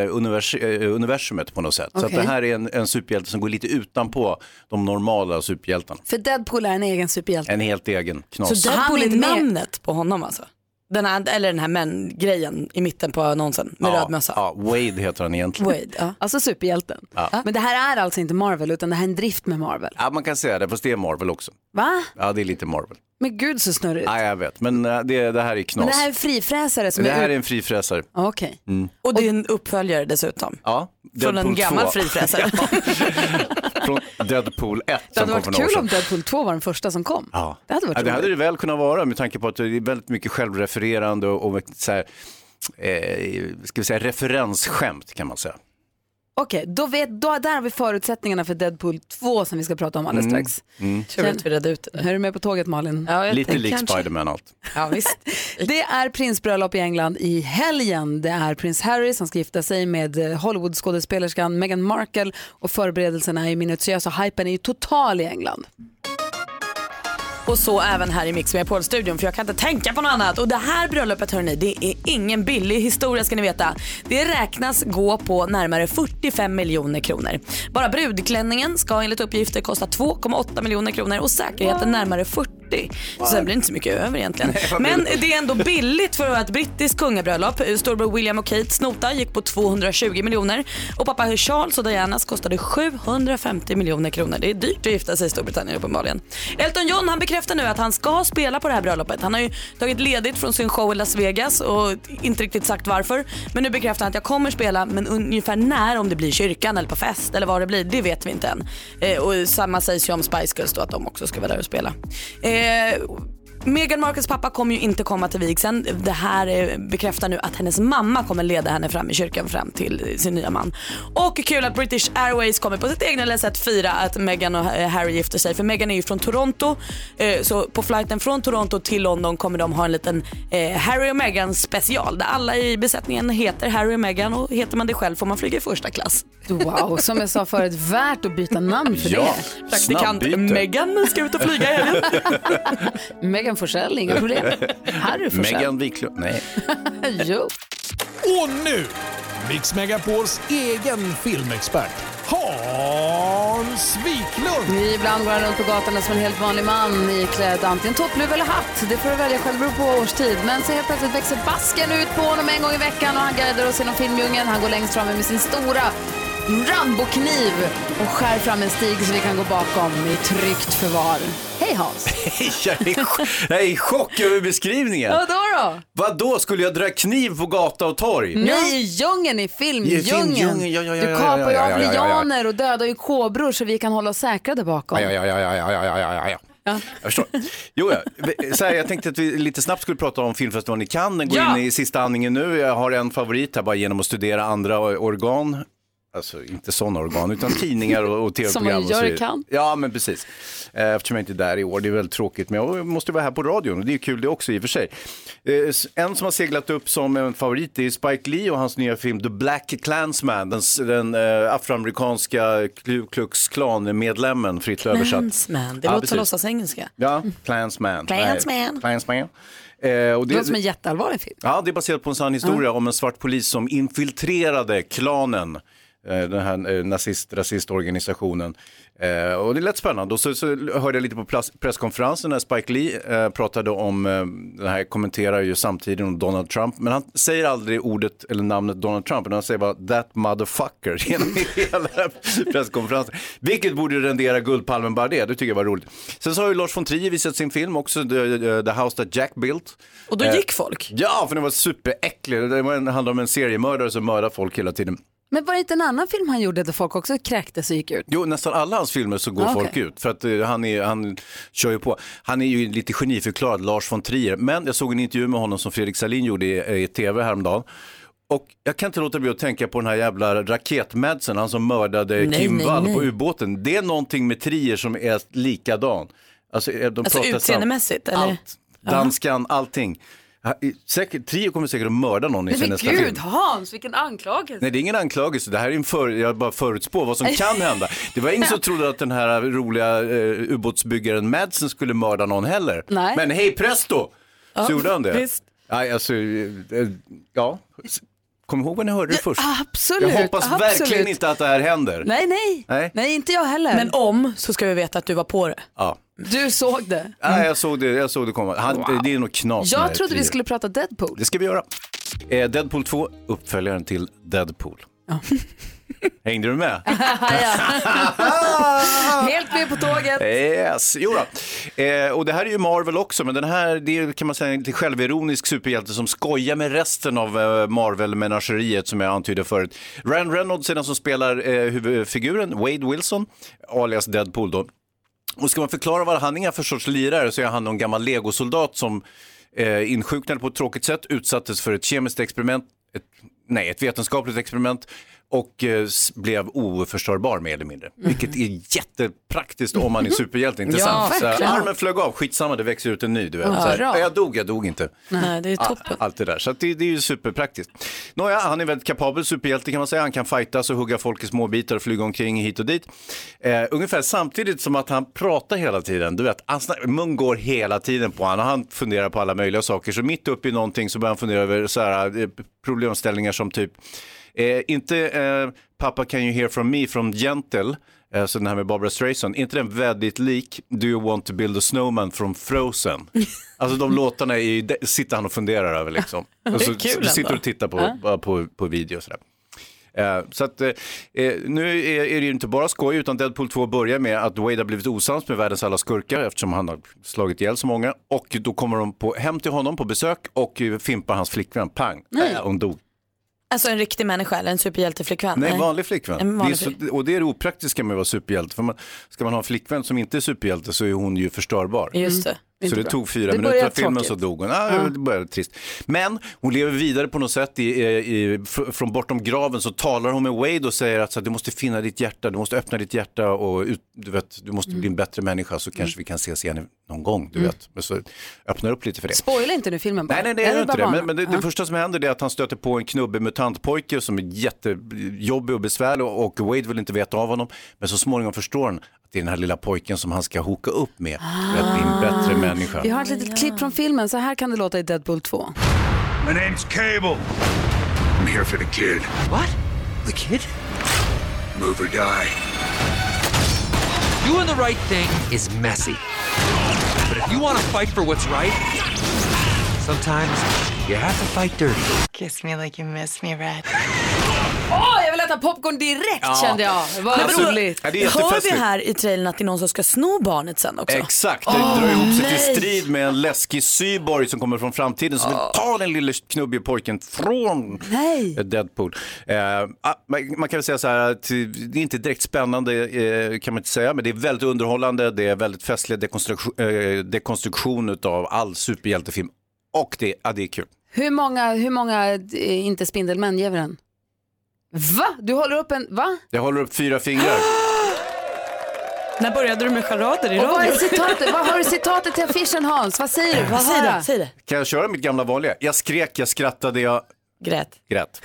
Speaker 3: Marvel-universumet eh, på något sätt. Så att
Speaker 1: Okej.
Speaker 3: det här är en, en superhjälte som går lite utanpå de normala superhjältarna.
Speaker 1: För Deadpool är en egen superhjälte.
Speaker 3: En helt egen knas.
Speaker 2: Så Deadpool är
Speaker 1: Han är med.
Speaker 2: namnet på honom alltså? Den här, eller den här män-grejen i mitten på annonsen med röd mössa.
Speaker 3: Ja, Wade heter han egentligen.
Speaker 2: Wade, ja.
Speaker 1: Alltså superhjälten.
Speaker 3: Eh. Ja.
Speaker 1: Men det här är alltså inte Marvel utan det här är en drift med Marvel.
Speaker 3: Ja, man kan säga det, fast det är Marvel också.
Speaker 1: Va?
Speaker 3: Ja, det är lite Marvel.
Speaker 1: Men gud så snurrigt.
Speaker 3: Ja, jag vet, men eh, det, det här är knas.
Speaker 1: Men det här är frifräsare som
Speaker 3: det här
Speaker 1: är...
Speaker 3: är en frifräsare.
Speaker 1: Okej.
Speaker 3: Mm.
Speaker 2: Och det är en uppföljare dessutom.
Speaker 3: Ja,
Speaker 2: Från
Speaker 3: Deadpool
Speaker 2: en gammal
Speaker 3: 2.
Speaker 2: frifräsare.
Speaker 3: Från Deadpool 1
Speaker 1: Det
Speaker 3: som
Speaker 1: hade
Speaker 3: kom för
Speaker 1: varit
Speaker 3: några år
Speaker 1: kul
Speaker 3: sedan.
Speaker 1: om Deadpool 2 var den första som kom.
Speaker 3: Ja.
Speaker 1: Det hade varit
Speaker 3: ja, det
Speaker 1: roligt.
Speaker 3: hade det väl kunnat vara med tanke på att det är väldigt mycket självrefererande och, och så här, eh, ska vi säga referensskämt kan man säga.
Speaker 1: Okej, då, vet, då där har vi förutsättningarna för Deadpool 2 som vi ska prata om alldeles
Speaker 3: Mm,
Speaker 1: strax.
Speaker 3: mm.
Speaker 2: Tur att vi redde ut det.
Speaker 1: Är du med på tåget Malin?
Speaker 3: Lite lik Spiderman och allt.
Speaker 2: Ja, visst.
Speaker 1: det är prinsbröllop i England i helgen. Det är prins Harry som ska gifta sig med eh, Hollywoodskådespelerskan Meghan Markle och förberedelserna är ju minutiösa och hypen är ju total i England.
Speaker 2: Och så även här i Mix Megapol-studion för jag kan inte tänka på något annat. Och det här bröllopet hörni, det är ingen billig historia ska ni veta. Det räknas gå på närmare 45 miljoner kronor. Bara brudklänningen ska enligt uppgifter kosta 2,8 miljoner kronor och säkerheten närmare 40. Så sen blir det inte så mycket över egentligen.
Speaker 13: vad
Speaker 2: Men
Speaker 13: blir det?
Speaker 2: det är ändå billigt för att vara ett brittiskt kungabröllop. Storbror William och Kates nota gick på 220 miljoner och pappa Charles och Dianas kostade 750 miljoner kronor. Det är dyrt att gifta sig i Storbritannien uppenbarligen. Elton John han bekräftar nu att han ska spela på det här bröllopet. Han har ju tagit ledigt från sin show i Las Vegas och inte riktigt sagt varför. Men nu bekräftar han att jag kommer spela men ungefär när om det blir i kyrkan eller på fest eller vad det blir det vet vi inte än. Eh, och samma sägs ju om Spice Girls då att de också ska vara där och spela. Eh, Meghan Markles pappa kommer ju inte komma till vigseln. Det här eh, bekräftar nu att hennes mamma kommer leda henne fram i kyrkan fram till eh, sin nya man. Och kul att British Airways kommer på sitt egna lilla sätt fira att Meghan och eh, Harry gifter sig. För Meghan är ju från Toronto. eh, Så på flighten från Toronto till London kommer de ha en liten eh, Harry och Meghan special. Där alla i besättningen heter Harry och Meghan och heter man det själv får man flyga i första klass.
Speaker 1: Wow, som jag sa förut, värt att byta namn för
Speaker 2: Ja,
Speaker 1: det.
Speaker 2: Praktikant snabbbyte. Meghan ska ut och flyga i helgen.
Speaker 1: Megan Forsell, inga problem. Harry Forsell.
Speaker 3: Megan Wiklund, nej.
Speaker 1: jo.
Speaker 20: Och nu, Mix Megapols egen filmexpert, Hans Wiklund!
Speaker 1: Ibland går han runt på gatorna som en helt vanlig man iklädd antingen toppluva eller hatt. Det får du välja själv, beror på årstid. Men så helt plötsligt växer basken ut på honom en gång i veckan och han guidar oss genom filmdjungeln. Han går längst fram med sin stora Rambo-kniv och skär fram en stig så vi kan gå bakom i tryggt förvar. Hej Hans!
Speaker 3: Jag är i chock- jag är i chock över beskrivningen.
Speaker 1: Vadå då?
Speaker 3: Vadå, skulle jag dra kniv på gata och torg?
Speaker 1: Nej, i djungeln, i
Speaker 3: I
Speaker 1: filmdjungeln.
Speaker 3: filmdjungeln, ja, ja, ja,
Speaker 1: Du
Speaker 3: ja,
Speaker 1: kapar ju
Speaker 3: ja, ja,
Speaker 1: av
Speaker 3: ja, ja, ja.
Speaker 1: lianer och dödar ju kobror så vi kan hålla oss säkra där bakom.
Speaker 3: Ja, ja, ja, ja, ja, ja, ja, ja, ja.
Speaker 1: Ja.
Speaker 3: Jag förstår. Jo, ja. så här, jag tänkte att vi lite snabbt skulle prata om filmfestivalen i Cannes. Den går
Speaker 1: Ja!
Speaker 3: in i sista andningen nu. Jag har en favorit här bara genom att studera andra organ. Alltså inte sådana organ, utan tidningar och, och tv-program.
Speaker 1: Som man
Speaker 3: och så
Speaker 1: gör i
Speaker 3: vidare.
Speaker 1: Cannes.
Speaker 3: Ja, men precis. Eh, Eftersom jag inte är där i år, det är väldigt tråkigt. Men jag måste vara här på radion och det är kul det också i och för sig. Eh, s- En som har seglat upp som en favorit är Spike Lee och hans nya film The Black Klansman. Den, s- den eh, afroamerikanska Ku Klux Klan-medlemmen, fritt översatt.
Speaker 2: Klansman, det
Speaker 3: Ja,
Speaker 2: låter
Speaker 3: precis.
Speaker 2: som låtsas engelska.
Speaker 3: Ja, Klansman.
Speaker 2: Klansman.
Speaker 3: Nej, Klansman. Eh, och
Speaker 1: Det låter som en jätteallvarlig film.
Speaker 3: Ja, det är baserat på en sann historia om en svart polis som infiltrerade klanen, eh, den här eh, nazist, rasistorganisationen. Eh, Och det lät spännande. Och så, så hörde jag lite på plas- presskonferensen när Spike Lee eh, pratade om, eh, den här kommenterar ju samtidigt om Donald Trump, men han säger aldrig ordet eller namnet Donald Trump, utan han säger bara that motherfucker genom hela presskonferensen. Vilket borde rendera Guldpalmen bara det, det tycker jag var roligt. Sen så har ju Lars von Trier visat sin film också, The, The House That Jack Built.
Speaker 2: Och då
Speaker 3: Eh,
Speaker 2: gick folk?
Speaker 3: Ja, för den var superäcklig. Det var en- handlade om en seriemördare som mördar folk hela tiden.
Speaker 1: Men var det inte en annan film han gjorde där folk också kräktes och gick ut?
Speaker 3: Jo, nästan alla hans filmer så går
Speaker 1: Ah, okej.
Speaker 3: folk ut för att eh, han, är, han kör ju på. Han är ju lite geniförklarad, Lars von Trier. Men jag såg en intervju med honom som Fredrik Salin gjorde i, i tv häromdagen. Och jag kan inte låta bli att tänka på den här jävla raketmadsen, han som mördade
Speaker 2: Nej,
Speaker 3: Kim
Speaker 2: nej,
Speaker 3: Wall
Speaker 2: nej.
Speaker 3: på ubåten. Det är någonting med Trier som är likadan. Alltså, eh, de
Speaker 2: Alltså
Speaker 3: pratar sam-
Speaker 2: utseendemässigt, eller?
Speaker 3: Allt. Danskan, allting. ha- i- säkert, Trio kommer säkert att mörda någon i
Speaker 1: Nej,
Speaker 3: sin
Speaker 1: men
Speaker 3: nästa
Speaker 1: gud
Speaker 3: film.
Speaker 1: Hans, vilken anklagelse.
Speaker 3: Nej, det är ingen anklagelse. Det här är en för, jag bara förutspår vad som kan hända. Det var ingen som trodde att den här roliga eh, ubåtsbyggaren Madsen skulle mörda någon heller.
Speaker 1: Nej.
Speaker 3: Men hej presto!
Speaker 1: Ja,
Speaker 3: så gjorde han det.
Speaker 1: visst.
Speaker 3: Nej, alltså, eh, ja. Kom ihåg vad ni hörde det först.
Speaker 1: Absolut,
Speaker 3: Jag hoppas
Speaker 1: absolut.
Speaker 3: verkligen inte att det här händer.
Speaker 1: Nej, nej.
Speaker 3: Nej.
Speaker 1: Nej, inte jag heller.
Speaker 2: Men om så ska vi veta att du var på det.
Speaker 3: Ja.
Speaker 1: Du såg det.
Speaker 3: Nej, jag såg det, jag såg det komma. Han, det, det är nog knas med
Speaker 1: Jag trodde vi
Speaker 3: Trio.
Speaker 1: skulle prata Deadpool.
Speaker 3: Det ska vi göra. Eh, Deadpool 2, uppföljaren till Deadpool. Hängde du med?
Speaker 1: Helt med på tåget.
Speaker 3: Yes, jo då. Eh, och det här är ju Marvel också, men den här det är, kan man säga en lite självironisk superhjälte som skojar med resten av eh, Marvel-menageriet som jag antydde förut. Ryan Reynolds är den som spelar eh, huvudfiguren, Wade Wilson, alias Deadpool då. Och ska man förklara vad han är för sorts lirare så är han någon gammal legosoldat som eh, insjuknade på ett tråkigt sätt, utsattes för ett kemiskt experiment, ett, nej, ett vetenskapligt experiment och eh, s- blev oförstörbar mer eller mindre.
Speaker 2: Mm.
Speaker 3: Vilket är jättepraktiskt om man är superhjälte, inte
Speaker 2: Ja,
Speaker 3: sant? Så här,
Speaker 2: verkligen.
Speaker 3: armen flög av, skitsamma, det växer ut en ny. Du vet.
Speaker 2: Ja,
Speaker 3: Så här,
Speaker 2: bra.
Speaker 3: "Ja, jag dog, jag dog inte.
Speaker 2: Nej, det är toppen.
Speaker 3: Ah, Allt det där, så att det, det är ju superpraktiskt. Nåja, han är väldigt kapabel superhjälte kan man säga. Han kan fightas och hugga folk i små bitar och flyga omkring hit och dit. Eh, ungefär samtidigt som att han pratar hela tiden. Du vet, han snack- mun går hela tiden på honom och han funderar på alla möjliga saker. Så mitt uppe i någonting så börjar han fundera över så här, eh, problemställningar som typ, eh, inte eh, pappa can you hear from me från Gentle, eh, så den här med Barbara Streisand, inte den väldigt lik Do you want to build a snowman från Frozen? Alltså de låtarna är ju, det sitter han och funderar över liksom.
Speaker 2: Det är
Speaker 3: Och så,
Speaker 2: kul
Speaker 3: så
Speaker 2: ändå.
Speaker 3: sitter och tittar på,
Speaker 2: Ja.
Speaker 3: bara på, på video och sådär. Eh, Så att eh, eh, nu är, är det ju inte bara skoj utan Deadpool 2 börjar med att Wade har blivit osams med världens alla skurkar eftersom han har slagit ihjäl så många och då kommer de på, hem till honom på besök och eh, fimpar hans flickvän, pang,
Speaker 2: Nej.
Speaker 3: Äh, hon dog.
Speaker 2: Alltså en riktig människa eller en superhjälteflickvän?
Speaker 3: Nej, vanlig flickvän.
Speaker 2: En vanlig
Speaker 3: det är så, och det är det opraktiska med att vara superhjälte. För man, ska man ha en flickvän som inte är superhjälte så är hon ju förstörbar.
Speaker 2: Just det.
Speaker 3: Mm. Så
Speaker 2: Inte
Speaker 3: det
Speaker 2: bra.
Speaker 3: tog fyra
Speaker 2: Det
Speaker 3: minuter av
Speaker 2: börjar
Speaker 3: filmen
Speaker 2: tråkigt.
Speaker 3: så dog hon. Ah,
Speaker 2: Ja.
Speaker 3: Det började trist. Men hon lever vidare på något sätt. I, i, fr- från bortom graven så talar hon med Wade och säger att så här, du måste finna ditt hjärta, du måste öppna ditt hjärta och ut, du, vet, du måste
Speaker 2: Mm.
Speaker 3: bli en bättre människa så kanske vi kan ses igen någon gång. Du vet. Men så öppnar upp lite för det.
Speaker 1: Spoila inte nu filmen bara.
Speaker 3: Nej, nej, det är inte
Speaker 1: bara
Speaker 3: det. Men,
Speaker 1: barnen?
Speaker 3: men det, det första som händer är att han stöter på en knubbig mutantpojke som är jättejobbig och besvärlig och och Wade vill inte veta av honom. Men så småningom förstår han att det är den här lilla pojken som han ska hooka upp med för att bli en bättre människa.
Speaker 1: Vi har ett litet klipp från filmen, så här kan det låta i Deadpool 2.
Speaker 21: My name's Cable. I'm here for the kid. What? The kid? Move or die.
Speaker 22: Doing the right thing is messy. But if you want to fight for what's right, sometimes you have to fight dirty.
Speaker 6: Kiss me like you miss me, Red.
Speaker 1: Åh, jag vill äta popcorn direkt
Speaker 22: Ja.
Speaker 1: kände jag. Vad
Speaker 3: Alltså,
Speaker 1: roligt.
Speaker 3: ja, det är
Speaker 2: Hör vi
Speaker 3: jättefestligt.
Speaker 2: här i trailern att det är någon som ska sno barnet sen också?
Speaker 3: Exakt, det
Speaker 2: Åh,
Speaker 3: drar ihop sig till
Speaker 2: nej.
Speaker 3: strid med en läskig cyborg som kommer från framtiden som vill ta den lille knubbiga pojken från eh, Deadpool. Eh, ah, man, man kan väl säga så här att det är inte direkt spännande eh, kan man inte säga, men det är väldigt underhållande, det är väldigt festlig dekonstruktion, eh, dekonstruktion av all superhjältefilm och det, ja, det är kul.
Speaker 1: Hur många, hur många eh, inte Spindelmän ger vi den? Va? Du håller upp en, va?
Speaker 3: Jag håller upp fyra fingrar.
Speaker 2: När började du med charader i
Speaker 1: Och vad, är
Speaker 2: radio?
Speaker 1: citatet? vad har du citatet till affischen Hans? Vad säger du? Vad
Speaker 2: Säg
Speaker 1: har
Speaker 2: det,
Speaker 1: jag?
Speaker 2: säg det.
Speaker 3: Kan jag köra mitt gamla vanliga? Jag skrek, jag skrattade, jag
Speaker 2: grät.
Speaker 3: grät.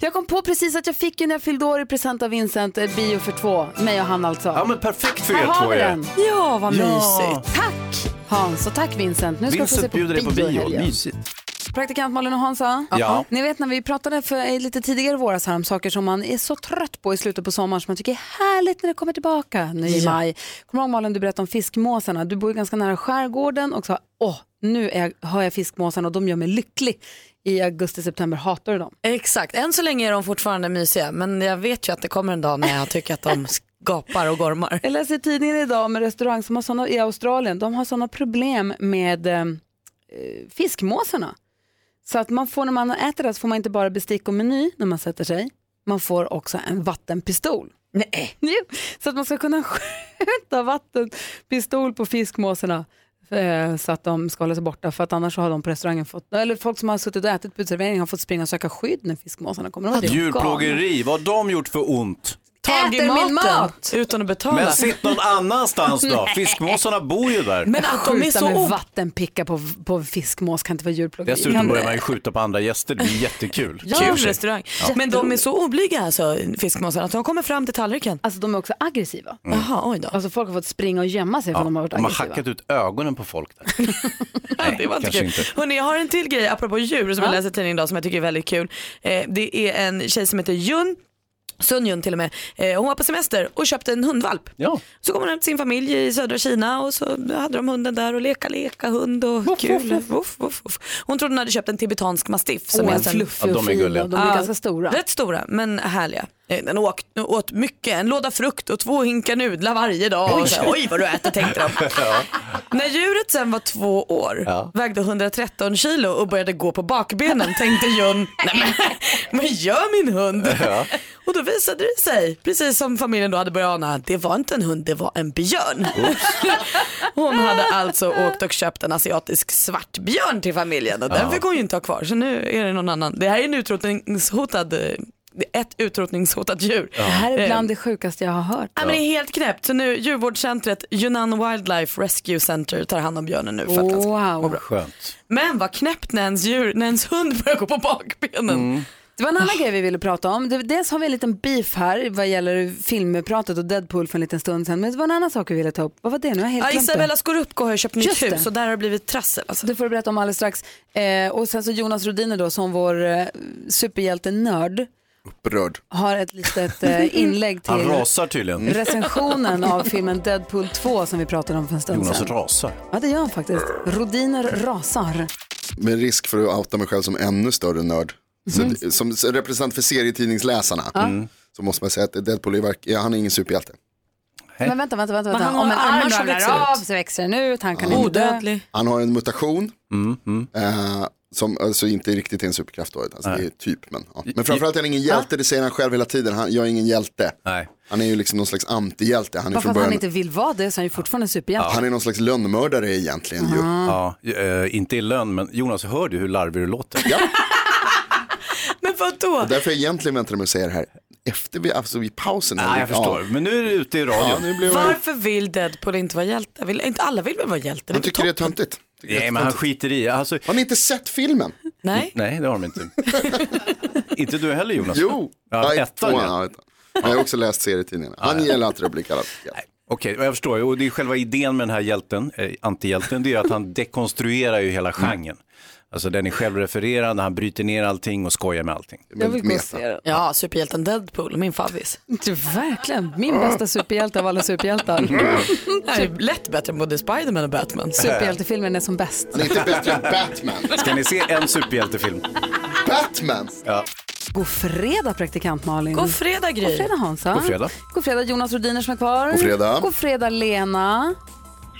Speaker 1: Jag kom på precis att jag fick ju när jag fyllde år i present av Vincent eh, bio för två, mig och han alltså. Ja
Speaker 3: men perfekt för
Speaker 1: Här
Speaker 3: er
Speaker 1: har
Speaker 3: två,
Speaker 1: vi
Speaker 3: ja.
Speaker 1: den.
Speaker 2: Ja, vad
Speaker 3: Ja.
Speaker 2: mysigt.
Speaker 1: Tack Hans och tack Vincent. Nu ska du få se
Speaker 3: Vincent
Speaker 1: på
Speaker 3: bjuder dig på
Speaker 1: bio, i
Speaker 3: bio,
Speaker 1: helgen.
Speaker 3: mysigt.
Speaker 1: Praktikant Malin och Hansa,
Speaker 3: Ja.
Speaker 1: ni vet när vi pratade för, eh, lite tidigare i våras här om saker som man är så trött på i slutet på sommaren som man tycker är härligt när det kommer tillbaka nu i
Speaker 2: Ja.
Speaker 1: maj. Kommer du ihåg Malin, du berättade om fiskmåsarna. Du bor ju ganska nära skärgården och sa, åh, nu är jag, hör jag fiskmåsarna och de gör mig lycklig. I augusti, september hatar du dem.
Speaker 2: Exakt, än så länge är de fortfarande mysiga men jag vet ju att det kommer en dag när jag tycker att de gapar och gormar.
Speaker 1: Jag läser i tidningen idag om en restaurang som har såna, i Australien. De har sådana problem med eh, fiskmåsarna. Så att man får, när man äter det så får man inte bara bestick och meny när man sätter sig. Man får också en vattenpistol. Nej. Så att man ska kunna skjuta vattenpistol på fiskmåsarna eh, så att de ska hålla sig borta. För att annars så har de på restaurangen fått, eller folk som har suttit och ätit på uteserveringen har fått springa och söka skydd när fiskmåsarna kommer. De är Typ galna.
Speaker 3: Djurplågeri, vad har de gjort för ont?
Speaker 2: Tag i
Speaker 1: Äter min
Speaker 2: maten.
Speaker 1: mat.
Speaker 2: Utan att betala.
Speaker 3: Men sitt någon annanstans då.
Speaker 1: Nej.
Speaker 3: Fiskmåsarna bor ju där.
Speaker 1: Men att de är så...
Speaker 3: o-
Speaker 1: med vattenpicka på, på fiskmås kan inte vara djurplågeri.
Speaker 3: Dessutom börjar man ju skjuta på andra gäster, det blir jättekul.
Speaker 2: Ja,
Speaker 3: Kul.
Speaker 2: restaurang.
Speaker 3: Ja.
Speaker 2: Men de är så oblyga alltså, fiskmåsarna, att de kommer fram till tallriken.
Speaker 1: Alltså de är också aggressiva.
Speaker 3: Mm.
Speaker 2: Jaha, oj då.
Speaker 1: Alltså folk har fått springa och gömma sig för
Speaker 3: Ja,
Speaker 1: de har varit
Speaker 3: de har
Speaker 1: aggressiva.
Speaker 3: hackat ut ögonen på folk där. Nej,
Speaker 2: det var
Speaker 3: kanske
Speaker 2: inte kul.
Speaker 3: inte.
Speaker 2: Hörrni, jag har en till grej apropå djur som jag läser i tidningen idag som jag tycker är väldigt kul. Eh, det är en tjej som heter Jun. Sunjun till och med. Eh, hon var på semester och köpte en hundvalp. Så kom hon hem till sin familj i södra Kina och så hade de hunden där och leka leka hund och kul. Woof, wooff, wooff. Hon trodde hon hade köpt en tibetansk mastiff.
Speaker 1: Åh,
Speaker 2: är
Speaker 1: en
Speaker 2: en sån-
Speaker 1: fluffig och Ja, de är fin gulliga. och de är ganska stora.
Speaker 2: Rätt stora men härliga. Eh, Den åt, åt mycket, en låda frukt och två hinkar nudlar varje dag. Och så, här, Oj vad du äter tänkte de. När djuret sen var två år vägde 113 kilo och började gå på bakbenen tänkte John, nej men vad gör min hund?
Speaker 13: Ja.
Speaker 2: Och då visade det sig, precis som familjen då hade börjat ana, det var inte en hund, det var en björn. Hon hade
Speaker 1: Ah.
Speaker 2: alltså åkt och köpt en asiatisk svartbjörn till familjen och den
Speaker 13: Ja.
Speaker 2: fick hon ju inte ha kvar. Så nu är det någon annan. Det här är en utrotningshotad, eh, det är ett utrotningshotat djur.
Speaker 1: Det här är
Speaker 2: Eh,
Speaker 1: bland det sjukaste jag har hört.
Speaker 2: Ja, men det är helt knäppt. Så nu djurvårdscentret Yunnan Wildlife Rescue Center tar hand om björnen nu. För att han ska må bra.
Speaker 3: Skönt.
Speaker 2: Men vad knäppt när ens, djur, när ens hund börjar gå på bakbenen.
Speaker 9: Mm.
Speaker 1: Det var en annan grej vi ville prata om. Det- Dels har vi en liten beef här vad gäller filmpratet och Deadpool för en liten stund sedan. Men det var en annan sak vi ville ta upp. Vad var det nu? Jag har helt
Speaker 2: Ja,
Speaker 1: glömt det.
Speaker 2: Isabella Scorupco har ju köpt nytt
Speaker 1: Just det.
Speaker 2: hus och där har det blivit trassel. Alltså.
Speaker 1: Det får du berätta om alldeles strax. Eh, och sen så Jonas Rhodiner då som vår eh, superhjälte-nörd
Speaker 9: Upprörd.
Speaker 1: har ett litet eh, inlägg till
Speaker 3: Han rasar tydligen.
Speaker 1: recensionen av filmen Deadpool 2 som vi pratade om för en stund
Speaker 9: Jonas
Speaker 1: sedan.
Speaker 3: rasar.
Speaker 1: Ja det gör han faktiskt. Rodiner rasar.
Speaker 9: Med risk för att outa mig själv som ännu större nörd. Så
Speaker 1: Mhm.
Speaker 9: det- som s- representant för serietidningsläsarna
Speaker 1: Ja.
Speaker 9: så måste man säga att Deadpool är, verk- ja, han är ingen superhjälte.
Speaker 1: Men vänta, vänta, vänta.
Speaker 2: Men
Speaker 1: vänta.
Speaker 2: han har
Speaker 1: Om en
Speaker 2: en
Speaker 1: arm
Speaker 2: arm
Speaker 1: som
Speaker 2: ramlar
Speaker 1: växer
Speaker 2: ut.
Speaker 1: av så växer den ut, han kan inte dö.
Speaker 9: Han har en mutation Eh, som alltså inte riktigt är en superkraft. Då, alltså, det är typ, men, ja. men framförallt är han ingen hjälte, det säger han själv hela tiden. Han, jag är ingen hjälte. Han är ju liksom någon slags antihjälte. Han är,
Speaker 1: Bara för
Speaker 9: från
Speaker 1: att han
Speaker 9: början,
Speaker 1: inte vill vara det så är han ju fortfarande en superhjälte.
Speaker 9: han är någon slags lönnmördare egentligen. Ju.
Speaker 3: Ja, eh, inte i lön, men Jonas, hör du hur larvig du låter?
Speaker 2: Men vadå?
Speaker 9: Och därför egentligen väntar jag med att säga det här efter vi, alltså vid pausen.
Speaker 3: Nej, jag förstår. Men nu är det ute i radion.
Speaker 9: Ja, nu blev jag...
Speaker 2: Varför vill Deadpool inte vara hjälte? Vill, inte alla vill väl vara hjälte? Det är
Speaker 9: Jag tycker det är töntigt.
Speaker 3: Nej, men han skiter i. Alltså...
Speaker 9: Har ni inte sett filmen?
Speaker 2: Nej.
Speaker 3: Nej, det har de inte. inte du heller Jonas?
Speaker 9: Jo,
Speaker 3: Ja,
Speaker 9: Nej,
Speaker 3: ettan
Speaker 9: tvåan,
Speaker 3: ja.
Speaker 9: ja, ettan. Men Jag har också läst serietidningarna. Han gillar inte att bli kallad.
Speaker 3: Okej, jag förstår. ju. Och det är själva idén med den här hjälten, eh, antihjälten, det är att han dekonstruerar ju hela genren. Alltså den är självrefererande, han bryter ner allting och skojar med allting.
Speaker 2: den. Ja, superhjälten Deadpool, min favvis.
Speaker 1: Du, verkligen, min bästa superhjälte av alla superhjältar.
Speaker 2: Det här är lätt bättre än både Spiderman och Batman.
Speaker 1: Superhjältefilmen är som bäst.
Speaker 9: Han är inte bättre än Batman.
Speaker 3: Ska ni se en superhjältefilm?
Speaker 9: Batman?
Speaker 3: Ja.
Speaker 1: God fredag praktikant Malin.
Speaker 2: Mm. God fredag, Gry.
Speaker 1: God fredag Hansa.
Speaker 3: God fredag.
Speaker 1: God fredag Jonas Rhodiner som är kvar.
Speaker 9: God fredag.
Speaker 1: God fredag Lena.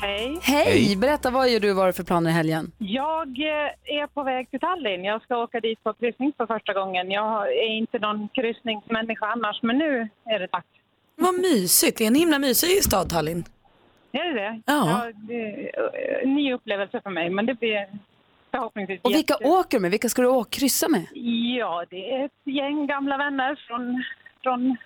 Speaker 4: Hej.
Speaker 1: Hej.
Speaker 4: Hej.
Speaker 1: Berätta, vad gör du vad har du för planer i helgen?
Speaker 4: Jag eh, är på väg till Tallinn. Jag ska åka dit på kryssning för första gången. Jag är inte någon kryssningsmänniska annars, men nu är det dags.
Speaker 2: Vad mysigt, det är en himla mysig stad Tallinn.
Speaker 4: Är det det?
Speaker 2: Ja.
Speaker 4: det eh, ny upplevelse för mig, men det blir förhoppningsvis
Speaker 1: Och vilka
Speaker 4: jätte-
Speaker 1: åker du med? Vilka ska du åka, kryssa med?
Speaker 4: Ja, det är ett gäng gamla vänner från, från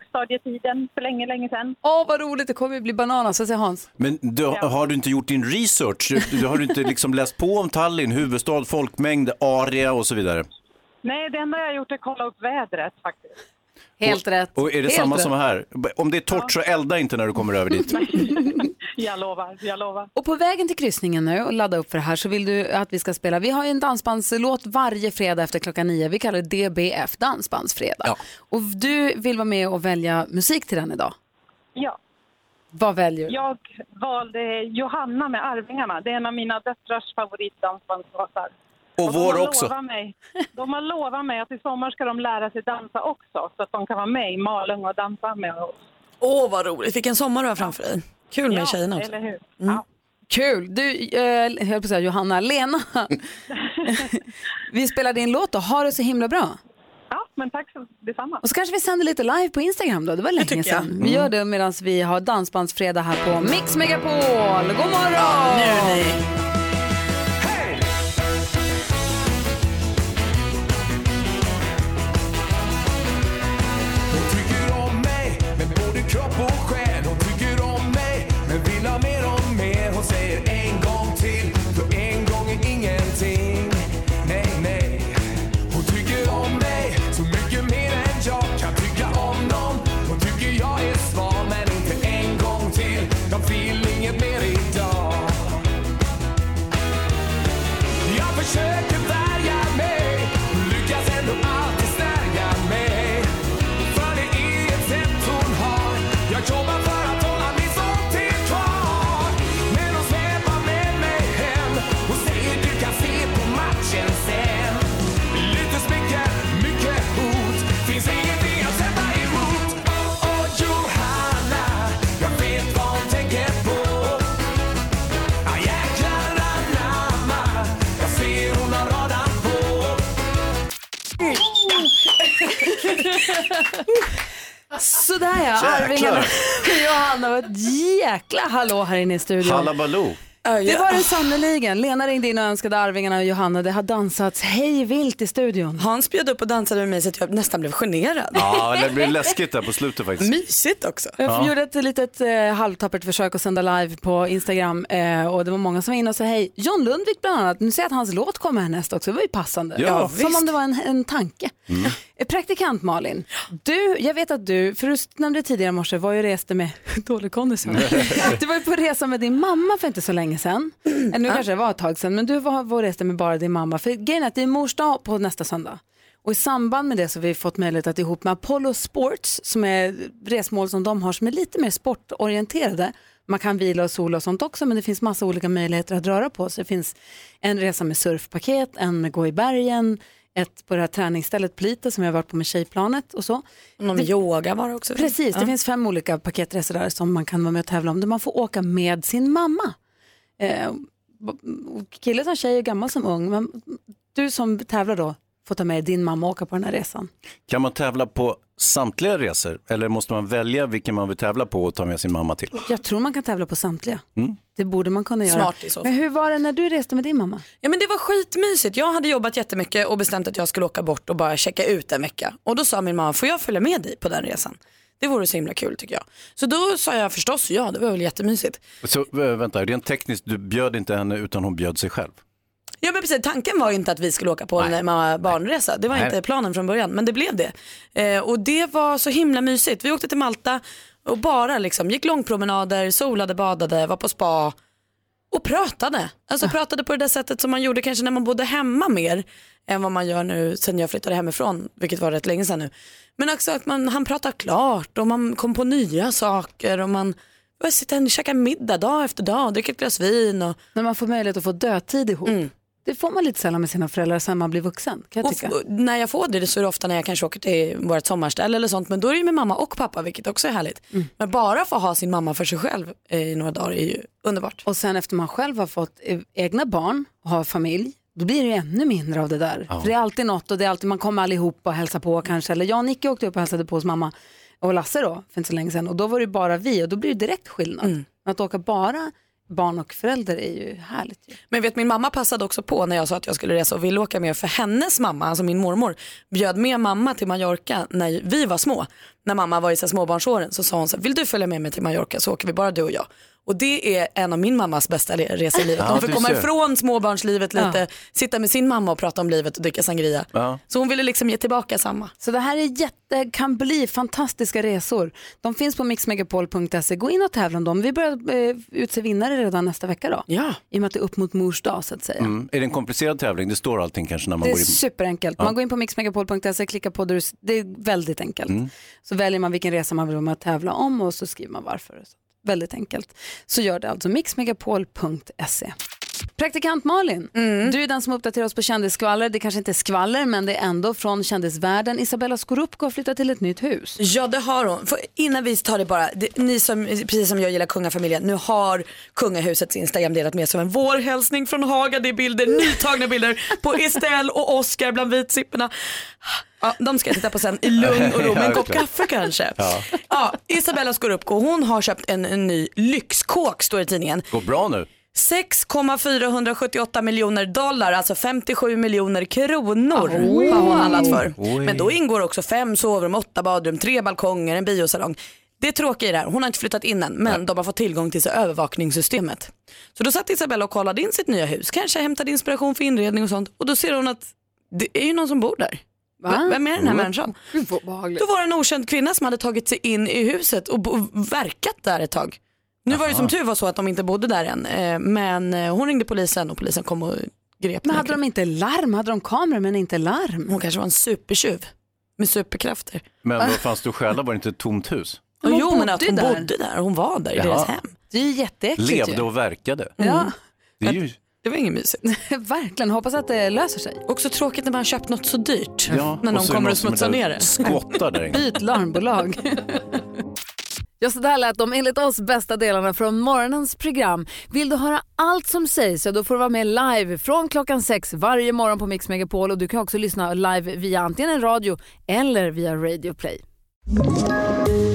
Speaker 4: högstadietiden för länge, länge sedan.
Speaker 1: Åh, vad roligt, det kommer ju bli bananas. Jag säger Hans.
Speaker 3: Men du, har du inte gjort din research? Du, har du inte liksom läst på om Tallinn, huvudstad, folkmängd, area och så vidare?
Speaker 4: Nej, det enda jag har gjort är att kolla upp vädret faktiskt.
Speaker 1: Helt rätt.
Speaker 3: Och är det samma som här? Om det är torrt så elda inte när du kommer över dit.
Speaker 4: Jag lovar, jag lovar.
Speaker 1: Och på vägen till kryssningen nu och ladda upp för det här så vill du att vi ska spela. Vi har ju en dansbandslåt varje fredag efter klockan nio. Vi kallar det DBF, Dansbandsfredag. Och du vill vara med och välja musik till den idag.
Speaker 4: Ja.
Speaker 1: Vad väljer du?
Speaker 4: Jag valde Johanna med Arvingarna. Det är en av mina döttrars favoritdansbandslåtar.
Speaker 3: Och vår
Speaker 4: de har
Speaker 3: också.
Speaker 4: lovat Mig, de har lovat mig att i sommar ska de lära sig dansa också så att de kan vara med i Malung och dansa med oss.
Speaker 2: Åh vad roligt, vilken sommar du har framför dig. Kul med
Speaker 4: Ja,
Speaker 2: tjejerna också. Mm.
Speaker 4: eller hur?
Speaker 1: Kul! Du, eh, jag höll på att säga Johanna, Lena. vi spelar din låt och ha det så himla bra.
Speaker 4: Ja, men tack så detsamma.
Speaker 1: Och så kanske vi sänder lite live på Instagram då, det var länge
Speaker 4: tycker jag.
Speaker 1: sedan. Vi gör det medan vi har Dansbandsfredag här på Mix Megapol. God morgon!
Speaker 14: Hon tycker om mig
Speaker 5: Oh,
Speaker 1: Sådär ja,
Speaker 3: Jäklar.
Speaker 1: Arvingarna och Johanna var ett jäkla hallå här inne i studion.
Speaker 3: Hallabaloo.
Speaker 1: Det var det sannerligen. Lena ringde in och önskade Arvingarna och Johanna. Det har dansats hej vilt i studion.
Speaker 2: Hans bjöd upp och dansade med mig så att jag nästan blev generad.
Speaker 3: Ja, men det blev läskigt där på slutet faktiskt.
Speaker 2: Mysigt också.
Speaker 1: Jag
Speaker 3: Ja.
Speaker 1: gjorde ett litet eh, halvtappert försök att sända live på Instagram eh, och det var många som var inne och sa hej. John Lundvik bland annat, nu ser jag att hans låt kommer härnäst också, det var ju passande.
Speaker 5: Ja,
Speaker 1: som
Speaker 5: visst. Mm.
Speaker 1: om det var en, en tanke. Eh, Praktikant Malin, du, jag vet att du, för du nämnde tidigare i morse, var ju och reste med, dålig kondis va? Du var ju på resa med din mamma för inte så länge sedan. Eh, Nu kanske det var ett tag sedan, men du var, var och reste med bara din mamma. För grejen är att det är mors dag på nästa söndag. Och i samband med det så har vi fått möjlighet att ihop med Apollo Sports, som är resmål som de har som är lite mer sportorienterade. Man kan vila och sola och sånt också, men det finns massa olika möjligheter att röra på sig. Det finns en resa med surfpaket, en med gå i bergen, ett på det här träningsstället Plita som jag har varit på med tjejplanet och så.
Speaker 2: Någon med yoga var det också.
Speaker 1: Precis, det
Speaker 2: Ja.
Speaker 1: finns fem olika paketresor där som man kan vara med och tävla om, där man får åka med sin mamma. Eh, kille som tjej och gammal som ung, men du som tävlar då får ta med din mamma och åka på den här resan.
Speaker 3: Kan man tävla på samtliga resor eller måste man välja vilken man vill tävla på och ta med sin mamma till?
Speaker 1: Jag tror man kan tävla på samtliga.
Speaker 3: Mm.
Speaker 1: Det borde man kunna göra.
Speaker 2: Smart i så fall.
Speaker 1: Men hur var det när du reste med din mamma?
Speaker 2: Ja men det var skitmysigt. Jag hade jobbat jättemycket och bestämt att jag skulle åka bort och bara checka ut en vecka. Och då sa min mamma, får jag följa med dig på den resan? Det vore så himla kul tycker jag. Så då sa jag förstås ja, det var väl jättemysigt.
Speaker 3: Så eh, vänta, rent tekniskt, du bjöd inte henne utan hon bjöd sig själv.
Speaker 2: Ja men precis, tanken var inte att vi skulle åka på en mamma barnresa. Det var
Speaker 3: Nej.
Speaker 2: inte planen från början, men det blev det. Eh, och det var så himla mysigt. Vi åkte till Malta och bara liksom gick långpromenader, solade, badade, var på spa och pratade. Alltså pratade på det där sättet som man gjorde kanske när man bodde hemma mer än vad man gör nu sen jag flyttade hemifrån, vilket var rätt länge sedan nu. Men också att man han pratar klart och man kom på nya saker och man bara sitter och käkar middag dag efter dag, dricker ett glas vin och
Speaker 1: När man får möjlighet att få dödtid ihop.
Speaker 2: Mm.
Speaker 1: Det får man lite sällan med sina föräldrar sen man blir vuxen. Kan jag
Speaker 2: Och
Speaker 1: tycka.
Speaker 2: f- och när jag får det så är det ofta när jag kanske åker till vårt sommarställe eller sånt men då är det ju med mamma och pappa vilket också är härligt.
Speaker 1: Mm.
Speaker 2: Men bara få ha sin mamma för sig själv eh, i några dagar är ju underbart.
Speaker 1: Och sen efter man själv har fått eh, egna barn och har familj, då blir det ju ännu mindre av det där.
Speaker 2: Ja.
Speaker 1: För det är alltid något och det är alltid, man kommer allihop och hälsar på kanske. Eller jag och Nicky åkte upp och hälsade på hos mamma och Lasse då, för inte så länge sedan. Och då var det ju bara vi och då blir det direkt skillnad.
Speaker 2: Mm.
Speaker 1: Men att åka bara barn och förälder är ju härligt.
Speaker 2: Men vet min mamma passade också på när jag sa att jag skulle resa och ville åka med för hennes mamma, alltså min mormor, bjöd med mamma till Mallorca när vi var små. När mamma var i så här småbarnsåren så sa hon så här, vill du följa med mig till Mallorca så åker vi bara du och jag. Och det är en av min mammas bästa le- resor i livet.
Speaker 13: Ja,
Speaker 2: Hon får
Speaker 13: du
Speaker 2: komma
Speaker 13: ser.
Speaker 2: ifrån småbarnslivet lite, sitta med sin mamma och prata om livet och dricka sangria.
Speaker 3: Ja.
Speaker 2: Så hon ville liksom ge tillbaka samma.
Speaker 1: Så det här är jätte, kan bli fantastiska resor. De finns på mixmegapol.se. Gå in och tävla om dem. Vi börjar eh, utse vinnare redan nästa vecka då.
Speaker 2: Ja.
Speaker 1: I och med att det är upp mot mors dag så att säga.
Speaker 3: Mm. Är det en komplicerad tävling? Det står allting kanske när man
Speaker 1: Det är
Speaker 3: går in.
Speaker 1: superenkelt.
Speaker 3: Ja.
Speaker 1: Man går in på mixmegapol.se, klickar på det. Det är väldigt enkelt.
Speaker 3: Mm.
Speaker 1: Så väljer man vilken resa man vill vara med och tävla om och så skriver man varför. och sånt. Väldigt enkelt. Så gör det alltså mixmegapol.se. Praktikant Malin, du är den som uppdaterar oss på kändisskvaller. Det kanske inte är skvaller, men det är ändå från kändisvärlden. Isabella Scorupco har flyttat till ett nytt hus.
Speaker 2: Ja det har hon. För innan vi tar det bara, det, ni som, precis som jag gillar kungafamiljen, nu har kungahusets Instagram delat med sig av en vårhälsning från Haga. Det är bilder, nytagna bilder på Estelle och Oscar bland vitsipporna. Ja, de ska jag titta på sen i lugn och ro med en kopp kaffe kanske. Ja. Isabella Scorupco, hon har köpt en, en ny lyxkåk står det i tidningen.
Speaker 3: Går bra nu.
Speaker 2: 6,478 miljoner dollar, alltså 57 miljoner kronor
Speaker 13: Oj.
Speaker 2: har hon handlat för.
Speaker 13: Oj.
Speaker 2: Men då ingår också fem sovrum, åtta badrum, tre balkonger, en biosalong. Det tråkiga är det här, hon har inte flyttat in än men de har fått tillgång till så här övervakningssystemet. Så då satt Isabella och kollade in sitt nya hus, kanske hämtade inspiration för inredning och sånt och då ser hon att det är ju någon som bor där.
Speaker 1: Va?
Speaker 2: Vem är den här
Speaker 1: Mm.
Speaker 2: människan?
Speaker 1: Gud vad obehagligt.
Speaker 2: Då var det en okänd kvinna som hade tagit sig in i huset och bo- verkat där ett tag. Nu var det
Speaker 1: Jaha.
Speaker 2: som tur var så att de inte bodde där än, eh, men eh, hon ringde polisen och polisen kom och grep
Speaker 1: Men
Speaker 2: den här
Speaker 1: hade de inte larm? Hade de kameror men inte larm?
Speaker 2: Hon kanske var en supertjuv med superkrafter.
Speaker 3: Men vad fanns det att stjäla? Var det inte ett tomt hus?
Speaker 2: Och
Speaker 1: hon
Speaker 2: jo, men
Speaker 1: bodde
Speaker 2: att hon
Speaker 1: där.
Speaker 2: bodde där, hon var där i
Speaker 3: Jaha.
Speaker 2: deras hem.
Speaker 1: Det är ju jätteäckligt ju.
Speaker 3: Levde och verkade.
Speaker 1: Ja.
Speaker 3: Det är ju...
Speaker 2: Det var inget mysigt.
Speaker 1: Verkligen, hoppas att det löser sig.
Speaker 2: Också tråkigt när man har köpt något så dyrt.
Speaker 3: Ja,
Speaker 2: när
Speaker 3: och
Speaker 2: någon
Speaker 3: så är det
Speaker 2: kommer
Speaker 3: någon
Speaker 2: och
Speaker 3: som är
Speaker 2: smutsar
Speaker 3: där
Speaker 2: ner
Speaker 3: och
Speaker 2: det.
Speaker 3: skottar där inne.
Speaker 1: Byt larmbolag. Ja, så där lät de enligt oss bästa delarna från morgonens program. Vill du höra allt som sägs så då får du vara med live från klockan sex varje morgon på Mix Megapol och du kan också lyssna live via antingen en radio eller via Radio Play.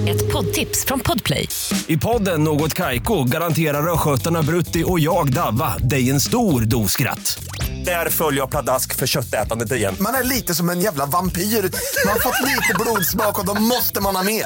Speaker 1: Ett poddtips från Podplay.
Speaker 23: I podden Något Kaiko garanterar östgötarna Brutti och jag, Davva, dig en stor dos skratt. Där följer jag pladask för köttätandet igen.
Speaker 5: Man är lite som en jävla vampyr. Man har fått lite blodsmak och då måste man ha mer.